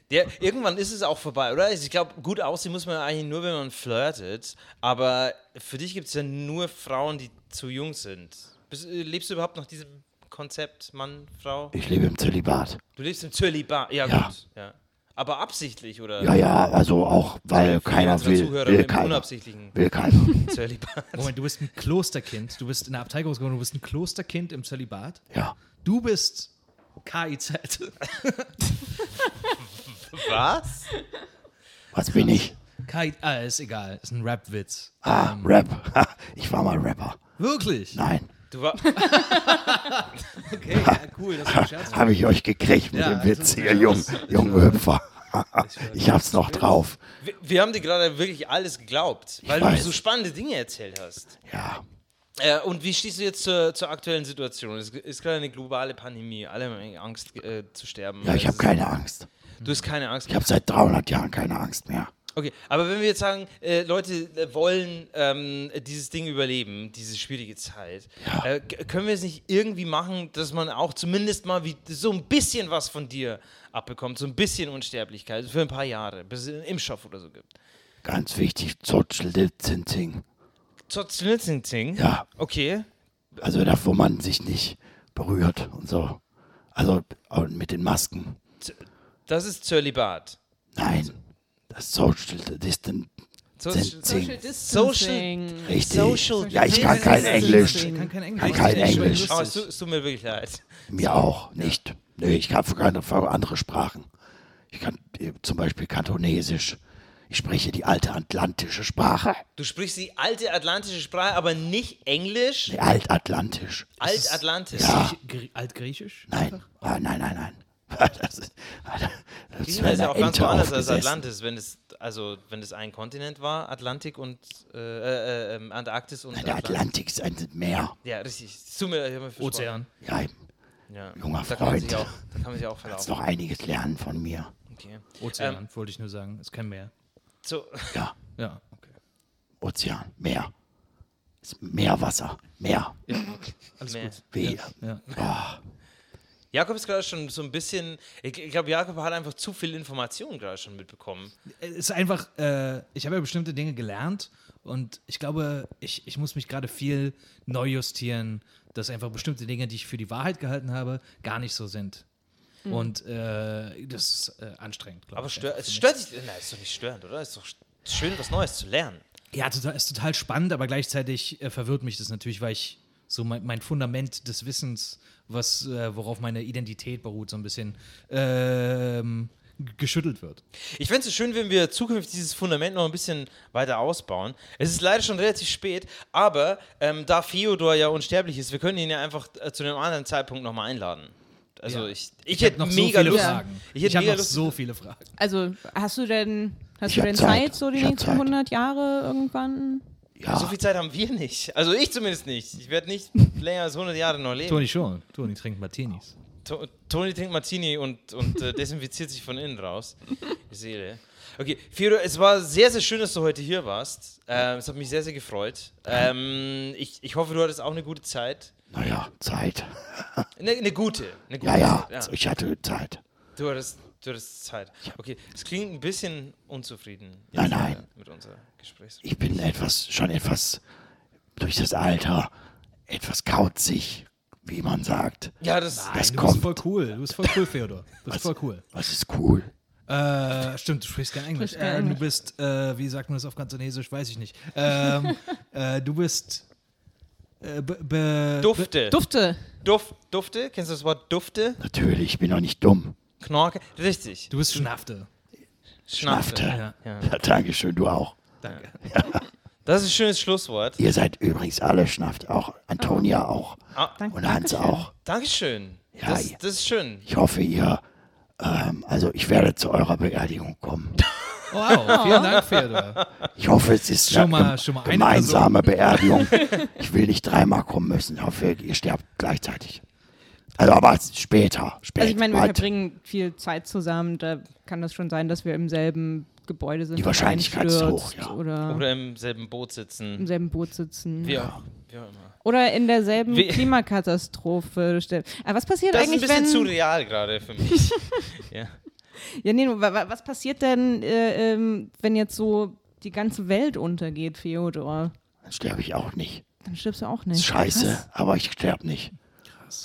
Speaker 3: Ja, irgendwann ist es auch vorbei, oder? Also Ich glaube, gut aussehen muss man eigentlich nur, wenn man flirtet. Aber für dich gibt es ja nur Frauen, die zu jung sind. Bist, äh, lebst du überhaupt noch diesem Konzept Mann, Frau?
Speaker 6: Ich lebe im Zölibat.
Speaker 3: Du lebst im Zölibat. Ja,
Speaker 6: Ja.
Speaker 3: gut. Ja. Aber absichtlich, oder?
Speaker 6: Ja, ja, also auch, weil
Speaker 3: Für die
Speaker 6: keiner
Speaker 3: ganzen
Speaker 6: will.
Speaker 3: Zuhörer
Speaker 6: Will
Speaker 3: mit dem
Speaker 6: keiner.
Speaker 3: unabsichtlichen
Speaker 6: Will keiner.
Speaker 3: (laughs)
Speaker 6: (laughs)
Speaker 3: Zölibat.
Speaker 5: Moment, du bist ein Klosterkind. Du bist in der Abtei groß geworden. Du bist ein Klosterkind im Zölibat.
Speaker 6: Ja.
Speaker 5: Du bist KIZ.
Speaker 3: Was?
Speaker 6: Was bin ich?
Speaker 5: KI, ah, ist egal. Ist ein Rap-Witz.
Speaker 6: Ah, Rap. (laughs) Ich war mal Rapper.
Speaker 5: Wirklich?
Speaker 6: Nein.
Speaker 3: Du war,
Speaker 5: Okay, ja, cool. Das ist ein Scherz.
Speaker 6: Habe ich euch gekriegt mit
Speaker 5: Ja,
Speaker 6: dem
Speaker 5: also-
Speaker 6: Witz, ihr jungen, jungen Hüpfer. (laughs) ich hab's noch drauf.
Speaker 3: wir, wir haben dir gerade wirklich alles geglaubt, weil du
Speaker 6: weiß.
Speaker 3: so spannende Dinge erzählt hast.
Speaker 6: Ja.
Speaker 3: Äh, und wie stehst du jetzt zur, zur aktuellen Situation? Es ist gerade eine globale Pandemie, alle haben Angst äh, zu sterben.
Speaker 6: Ja, ich
Speaker 3: Es
Speaker 6: habe
Speaker 3: ist-
Speaker 6: keine Angst.
Speaker 3: Du hast keine Angst.
Speaker 6: Ich habe seit 300 Jahren keine Angst mehr.
Speaker 3: Okay, aber wenn wir jetzt sagen, äh, Leute äh, wollen ähm, dieses Ding überleben, diese schwierige Zeit, äh, k- können wir es nicht irgendwie machen, dass man auch zumindest mal wie, so ein bisschen was von dir abbekommt, so ein bisschen Unsterblichkeit für ein paar Jahre, bis es einen Impfstoff oder so gibt?
Speaker 6: Ganz wichtig, Social Distancing.
Speaker 3: Zotzlitzing?
Speaker 6: Ja.
Speaker 3: Okay.
Speaker 6: Also da, wo man sich nicht berührt und so. Also und mit den Masken.
Speaker 3: Das ist Zölibat.
Speaker 6: Nein. Das Social Distancing.
Speaker 3: Zotz-
Speaker 4: Social
Speaker 3: Distancing.
Speaker 4: Distancing.
Speaker 6: Richtig.
Speaker 3: Social
Speaker 6: ja, ich kann kein
Speaker 4: Distancing.
Speaker 6: Englisch.
Speaker 5: Ich kann kein Englisch.
Speaker 6: Kann kein
Speaker 5: Ich bin
Speaker 6: Englisch.
Speaker 3: Oh,
Speaker 5: lustig.
Speaker 3: es tu- es tut mir wirklich leid.
Speaker 6: Mir auch nicht. Nee, ich kann keine andere Sprachen. Ich kann äh, zum Beispiel Kantonesisch. Ich spreche die alte atlantische Sprache.
Speaker 3: Du sprichst die alte atlantische Sprache, aber nicht Englisch,
Speaker 6: Nee, altatlantisch.
Speaker 3: altatlantisch.
Speaker 5: Grie- Altgriechisch?
Speaker 6: Nein. Ah, nein, nein, nein. (laughs) Das ist, das
Speaker 3: Die
Speaker 6: ist
Speaker 3: sind ja
Speaker 6: eine
Speaker 3: auch ganz
Speaker 6: Ente
Speaker 3: woanders als
Speaker 6: aufgesessen.
Speaker 3: Atlantis, wenn es, also, wenn es ein Kontinent war, Atlantik und äh, äh, ähm, Antarktis und
Speaker 6: Der
Speaker 3: Atlantik.
Speaker 6: Atlantik ist ein Meer.
Speaker 3: Ja, richtig. Es tut mir leid, ich hab mich versprochen.
Speaker 5: Ozean.
Speaker 6: Ja, eben.
Speaker 3: Ja.
Speaker 6: Junger
Speaker 3: da Kann man sich
Speaker 6: Freund.
Speaker 3: auch, da kann man sich auch
Speaker 6: kannst
Speaker 3: verlaufen.
Speaker 6: noch einiges lernen von mir.
Speaker 3: Okay. Ähm,
Speaker 5: Ozean, wollte ich nur sagen. Ist kein Meer. (laughs)
Speaker 3: So,
Speaker 6: Ja,
Speaker 5: Ja, okay.
Speaker 6: Ozean, Meer. Ist Meerwasser, Meer.
Speaker 5: Alles
Speaker 3: Meer.
Speaker 5: gut.
Speaker 6: Wehe.
Speaker 5: Ja.
Speaker 6: Ah,
Speaker 3: Jakob ist gerade schon so ein bisschen, ich, ich glaube, Jakob hat einfach zu viel Informationen gerade schon mitbekommen.
Speaker 5: Es ist einfach, äh, ich habe ja bestimmte Dinge gelernt und ich glaube, ich, ich muss mich gerade viel neu justieren, dass einfach bestimmte Dinge, die ich für die Wahrheit gehalten habe, gar nicht so sind. Und äh, das ist äh, anstrengend, glaube
Speaker 3: Aber
Speaker 5: ich.
Speaker 3: stör,
Speaker 5: einfach
Speaker 3: es
Speaker 5: für mich.
Speaker 3: stört dich, nein, ist doch nicht störend, oder? Ist doch schön, was Neues zu lernen.
Speaker 5: Ja, total, ist total spannend, aber gleichzeitig äh, verwirrt mich das natürlich, weil ich so mein, mein Fundament des Wissens, was, äh, worauf meine Identität beruht, so ein bisschen ähm, g- geschüttelt wird.
Speaker 3: Ich fände es schön, wenn wir zukünftig dieses Fundament noch ein bisschen weiter ausbauen. Es ist leider schon relativ spät, aber ähm, da Feodor ja unsterblich ist, wir können ihn ja einfach äh, zu einem anderen Zeitpunkt nochmal einladen. Also
Speaker 5: Ja.
Speaker 3: ich, ich, hätte
Speaker 5: noch so
Speaker 3: mega
Speaker 5: viele
Speaker 3: Lust.
Speaker 5: Fragen.
Speaker 3: Ich hätte
Speaker 5: hab
Speaker 3: mega
Speaker 5: noch
Speaker 3: Lust.
Speaker 5: so viele Fragen.
Speaker 4: Also hast du denn, hast
Speaker 6: Ich
Speaker 4: du
Speaker 6: hab
Speaker 4: denn
Speaker 6: Zeit.
Speaker 4: Zeit, so die
Speaker 6: Ich hab
Speaker 4: nächsten
Speaker 6: Zeit.
Speaker 4: 100 Jahre irgendwann?
Speaker 6: Ja,
Speaker 3: So viel Zeit haben wir nicht. Also ich zumindest nicht. Ich
Speaker 5: (laughs)
Speaker 3: werde nicht länger als 100 Jahre noch leben.
Speaker 5: Toni schon. Toni trinkt Martinis.
Speaker 3: To Toni trinkt Martini und, und äh, desinfiziert sich von innen raus. Die Seele. Okay, Fiodor, es war sehr, sehr schön, dass du heute hier warst. Ähm, es hat mich sehr, sehr gefreut. Ähm, ich, ich hoffe, du hattest auch eine gute Zeit.
Speaker 6: naja, Zeit.
Speaker 3: Eine, eine gute. Eine gute
Speaker 6: Ja, ja,
Speaker 3: Zeit,
Speaker 6: ich hatte Zeit.
Speaker 3: Du, hattest, du hattest Zeit. Okay, es klingt ein bisschen unzufrieden. jetzt,
Speaker 6: Nein, nein.
Speaker 3: äh, Mit unserer Gesprächs.
Speaker 6: Ich bin etwas, schon etwas durch das Alter, etwas kauzig, wie man sagt.
Speaker 3: Ja, das.
Speaker 6: Das
Speaker 5: du bist
Speaker 6: kommt.
Speaker 5: voll cool. Du bist voll cool, Theodor. Du bist voll cool.
Speaker 6: Was ist cool?
Speaker 5: Äh, stimmt, du sprichst kein Englisch.
Speaker 4: Sprichst kein
Speaker 5: Äh, du
Speaker 4: Englisch.
Speaker 5: bist, äh, wie sagt man das auf Kantonesisch? Weiß ich nicht. Ähm, (laughs) äh, du bist. Äh, be, be,
Speaker 3: Dufte.
Speaker 4: Dufte.
Speaker 3: Duft, Dufte? Kennst du das Wort Dufte?
Speaker 6: Natürlich, ich bin doch nicht dumm.
Speaker 3: Knorke? Richtig.
Speaker 5: Du bist Schnafte.
Speaker 3: Schnafte.
Speaker 6: After. (laughs) Ja, Dankeschön, du auch.
Speaker 3: Das ist ein schönes Schlusswort.
Speaker 6: Ihr seid übrigens alle Schnaft, auch Antonia auch
Speaker 3: Ah,
Speaker 6: und Hans auch.
Speaker 3: Dankeschön.
Speaker 6: Ja,
Speaker 3: das,
Speaker 6: ja.
Speaker 3: das ist schön.
Speaker 6: Ich hoffe, ihr, ähm, also ich werde zu eurer Beerdigung kommen.
Speaker 5: Wow, vielen Dank, Theodor.
Speaker 6: Ich hoffe, es ist
Speaker 5: Schon
Speaker 6: eine
Speaker 5: mal-
Speaker 6: gem-
Speaker 5: schon mal eine
Speaker 6: gemeinsame Beerdigung. Ich will nicht dreimal kommen müssen. Ich hoffe, ihr sterbt gleichzeitig. Also aber später, später.
Speaker 4: Also ich meine, wir
Speaker 6: bald.
Speaker 4: verbringen viel Zeit zusammen. Da kann das schon sein, dass wir im selben Gebäude sind.
Speaker 6: Die
Speaker 4: und
Speaker 6: Wahrscheinlichkeit ist
Speaker 4: einstürzt
Speaker 6: hoch, ja.
Speaker 4: Oder,
Speaker 3: Oder im selben Boot
Speaker 4: im
Speaker 3: sitzen.
Speaker 4: selben Boot sitzen.
Speaker 3: Wie auch, wie auch immer.
Speaker 4: Oder in derselben
Speaker 3: Wie-
Speaker 4: Klimakatastrophe. stell- Aber was passiert
Speaker 3: Das ist ein
Speaker 4: eigentlich,
Speaker 3: bisschen
Speaker 4: wenn...
Speaker 3: zu real gerade für mich. ja.
Speaker 4: Ja, nee, nur wa- wa- was passiert denn, äh, ähm, wenn jetzt so die ganze Welt untergeht, Theodor?
Speaker 6: Dann sterbe ich auch nicht.
Speaker 4: Dann stirbst du auch
Speaker 6: Ist
Speaker 4: nicht.
Speaker 6: scheiße,
Speaker 4: Krass.
Speaker 6: aber ich sterbe nicht.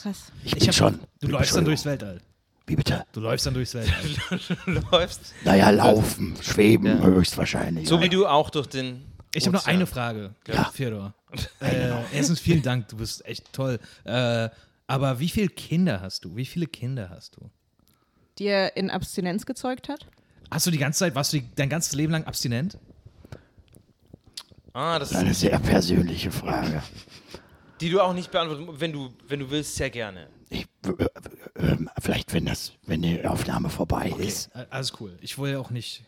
Speaker 4: Krass.
Speaker 6: Ich bin schon.
Speaker 5: Du läufst dann durchs Weltall.
Speaker 6: Wie bitte?
Speaker 5: Du läufst dann durchs Weltall.
Speaker 3: Du läufst.
Speaker 6: Naja, laufen, schweben höchstwahrscheinlich.
Speaker 3: So
Speaker 6: ja.
Speaker 3: wie du auch durch den.
Speaker 5: Ich habe noch
Speaker 3: Ozean.
Speaker 5: eine Frage,
Speaker 6: Ja. genau.
Speaker 5: Theodor. Äh, erstens vielen Dank, du bist echt toll. Äh, aber wie viele Kinder hast du? Wie viele Kinder hast du?
Speaker 4: Die er in Abstinenz gezeugt hat?
Speaker 5: Hast du die ganze Zeit, warst du die, dein ganzes Leben lang abstinent?
Speaker 3: Ah, das ist.
Speaker 6: Eine sehr persönliche Frage.
Speaker 3: Die du auch nicht beantworten wenn du, wenn du willst, sehr gerne.
Speaker 6: Ich, äh, ähm, vielleicht, wenn, das, wenn die Aufnahme vorbei ist.
Speaker 5: Äh, Alles cool. Ich wollte ja auch nicht.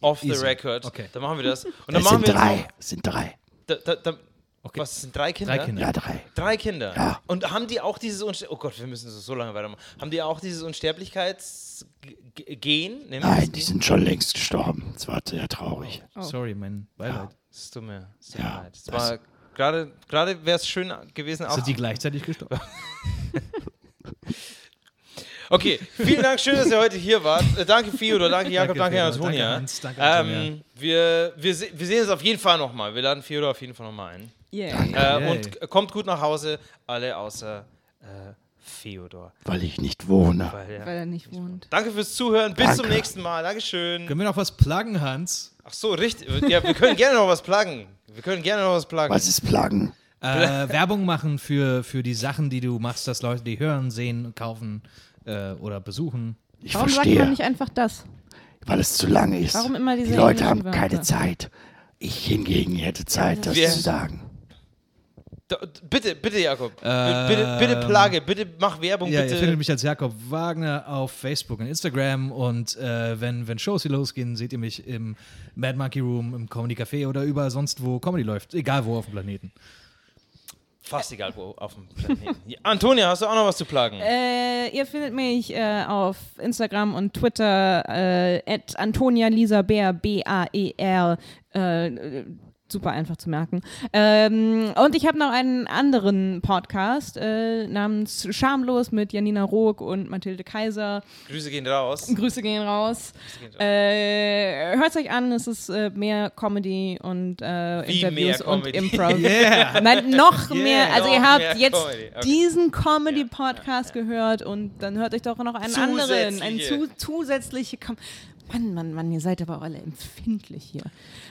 Speaker 3: Off the
Speaker 5: Easy.
Speaker 3: record.
Speaker 5: Okay.
Speaker 3: Dann machen wir das. Und dann
Speaker 6: Es
Speaker 3: machen
Speaker 6: sind
Speaker 3: wir.
Speaker 6: drei. Es sind drei.
Speaker 3: Da, da, da,
Speaker 5: Okay.
Speaker 3: Was sind drei Kinder?
Speaker 5: Drei
Speaker 4: Genau.
Speaker 5: Kinder.
Speaker 6: Ja, drei.
Speaker 3: Drei Kinder.
Speaker 6: Ja.
Speaker 3: Und haben die auch dieses Unste Oh Gott, wir müssen so, so lange weitermachen. Haben die auch dieses Unsterblichkeitsgen? Nehmen wir das
Speaker 6: Nein, die
Speaker 3: Gen?
Speaker 6: sind schon längst gestorben. Es war sehr traurig.
Speaker 5: Sorry, mein Beileid.
Speaker 3: Es tut mir, es tut mir
Speaker 6: Ja,
Speaker 3: leid. Es
Speaker 6: das-
Speaker 3: war gerade, gerade wäre es schön gewesen. Auch.
Speaker 5: Sind Also die gleichzeitig gestorben?
Speaker 3: Okay, vielen Dank, schön, dass ihr heute hier wart. Äh, danke Fiodor, danke Jakob, danke,
Speaker 5: Danke, Theodor,
Speaker 3: Antonia.
Speaker 5: danke, Hans, danke, Antonia.
Speaker 3: Ähm, wir, wir, se wir sehen uns auf jeden Fall nochmal. Wir laden Fiodor auf jeden Fall nochmal ein.
Speaker 4: Yeah.
Speaker 3: Äh,
Speaker 5: Yay.
Speaker 3: und k- kommt gut nach Hause, alle außer äh, Fiodor.
Speaker 6: Weil ich nicht wohne.
Speaker 3: Weil, ja.
Speaker 4: Weil er nicht wohnt.
Speaker 3: Danke fürs Zuhören, bis zum
Speaker 6: Danke.
Speaker 3: nächsten Mal. Dankeschön.
Speaker 5: Können wir noch was pluggen, Hans?
Speaker 3: Ach so, richtig. Ja, wir können gerne noch was pluggen. Wir können gerne noch was pluggen.
Speaker 6: Was ist Plagen?
Speaker 5: Äh, (laughs) Werbung machen für, für die Sachen, die du machst, dass Leute die hören, sehen, kaufen äh, oder besuchen.
Speaker 6: Ich
Speaker 4: Warum sagt man
Speaker 6: verstehe,
Speaker 4: nicht einfach das?
Speaker 6: weil es zu lange ist.
Speaker 4: Warum immer diese
Speaker 6: die Leute haben
Speaker 4: englischen
Speaker 6: keine
Speaker 4: Wörter?
Speaker 6: Zeit. Ich hingegen hätte Zeit, das
Speaker 3: Wir-
Speaker 6: zu sagen.
Speaker 3: Da, bitte, bitte, Jakob. bitte, bitte plage, bitte mach Werbung,
Speaker 5: Ähm. Ja, ihr
Speaker 3: bitte.
Speaker 5: findet mich als Jakob Wagner auf Facebook und Instagram und äh, wenn, wenn Shows hier losgehen, seht ihr mich im Mad Monkey Room, im Comedy Café oder überall sonst, wo Comedy läuft. Egal wo auf dem Planeten.
Speaker 3: Fast egal, wo auf dem Planeten. Ja, Antonia, hast du auch noch was zu plagen?
Speaker 4: Äh, ihr findet mich äh, auf Instagram und Twitter äh, at Antonia Lisa Bär, B-A-E-R. Äh, super einfach zu merken. Ähm, und ich habe noch einen anderen Podcast äh, namens Schamlos mit Janina Rook und Mathilde Kaiser.
Speaker 3: Grüße gehen raus.
Speaker 4: Grüße gehen raus.
Speaker 3: gehen raus.
Speaker 4: Äh, Hört euch an, es ist äh, mehr Comedy und äh,
Speaker 3: Wie
Speaker 4: Interviews
Speaker 3: mehr
Speaker 4: und
Speaker 3: Comedy? (laughs)
Speaker 4: Improv. Nein, noch mehr. Also ihr
Speaker 3: Noch
Speaker 4: habt
Speaker 3: mehr
Speaker 4: jetzt
Speaker 3: Comedy, okay.
Speaker 4: diesen Comedy-Podcast gehört und dann hört euch doch noch einen anderen, eine zu,
Speaker 3: Zusätzliche.
Speaker 4: zusätzliche Com Mann, Mann, Mann, ihr seid aber auch alle empfindlich hier.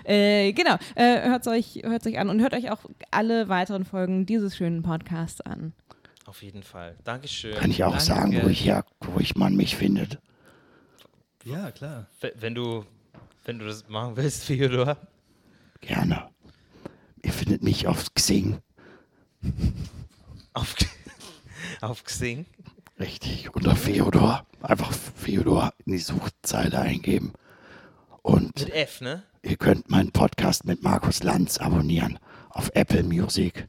Speaker 4: Äh, genau, äh, hört euch, hört's euch an und hört euch auch alle weiteren Folgen dieses schönen Podcasts an.
Speaker 3: Auf jeden Fall. Dankeschön.
Speaker 6: Kann ich auch
Speaker 5: Danke.
Speaker 6: sagen, wo ich, her, wo ich man mich findet.
Speaker 5: Ja, klar.
Speaker 3: W- Wenn du, wenn du das machen willst, (laughs) Theodor.
Speaker 6: Gerne. Ihr findet mich auf Xing.
Speaker 3: Auf, (laughs) auf Xing.
Speaker 6: Richtig, unter Feodor. Einfach Feodor in die Suchzeile eingeben. Und
Speaker 3: Mit F, ne?
Speaker 6: ihr könnt meinen Podcast mit Markus Lanz abonnieren auf Apple Music.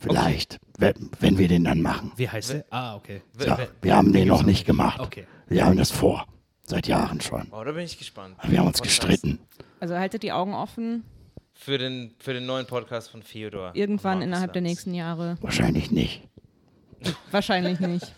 Speaker 6: Vielleicht, wenn, wenn wir den dann machen.
Speaker 5: Wie heißt der? Ah, okay.
Speaker 3: W-
Speaker 6: Ja,
Speaker 3: w-
Speaker 6: wir haben den noch nicht gemacht.
Speaker 5: Okay.
Speaker 6: Wir haben das vor. Seit Jahren schon.
Speaker 3: Oh, da bin ich gespannt.
Speaker 6: Wir haben uns
Speaker 3: Podcast.
Speaker 6: gestritten.
Speaker 4: Also haltet die Augen offen,
Speaker 3: Für den, für den neuen Podcast von Theodor.
Speaker 4: irgendwann
Speaker 3: Markus
Speaker 4: innerhalb der
Speaker 3: Lanz.
Speaker 4: nächsten Jahre.
Speaker 6: Wahrscheinlich nicht.
Speaker 4: Wahrscheinlich nicht.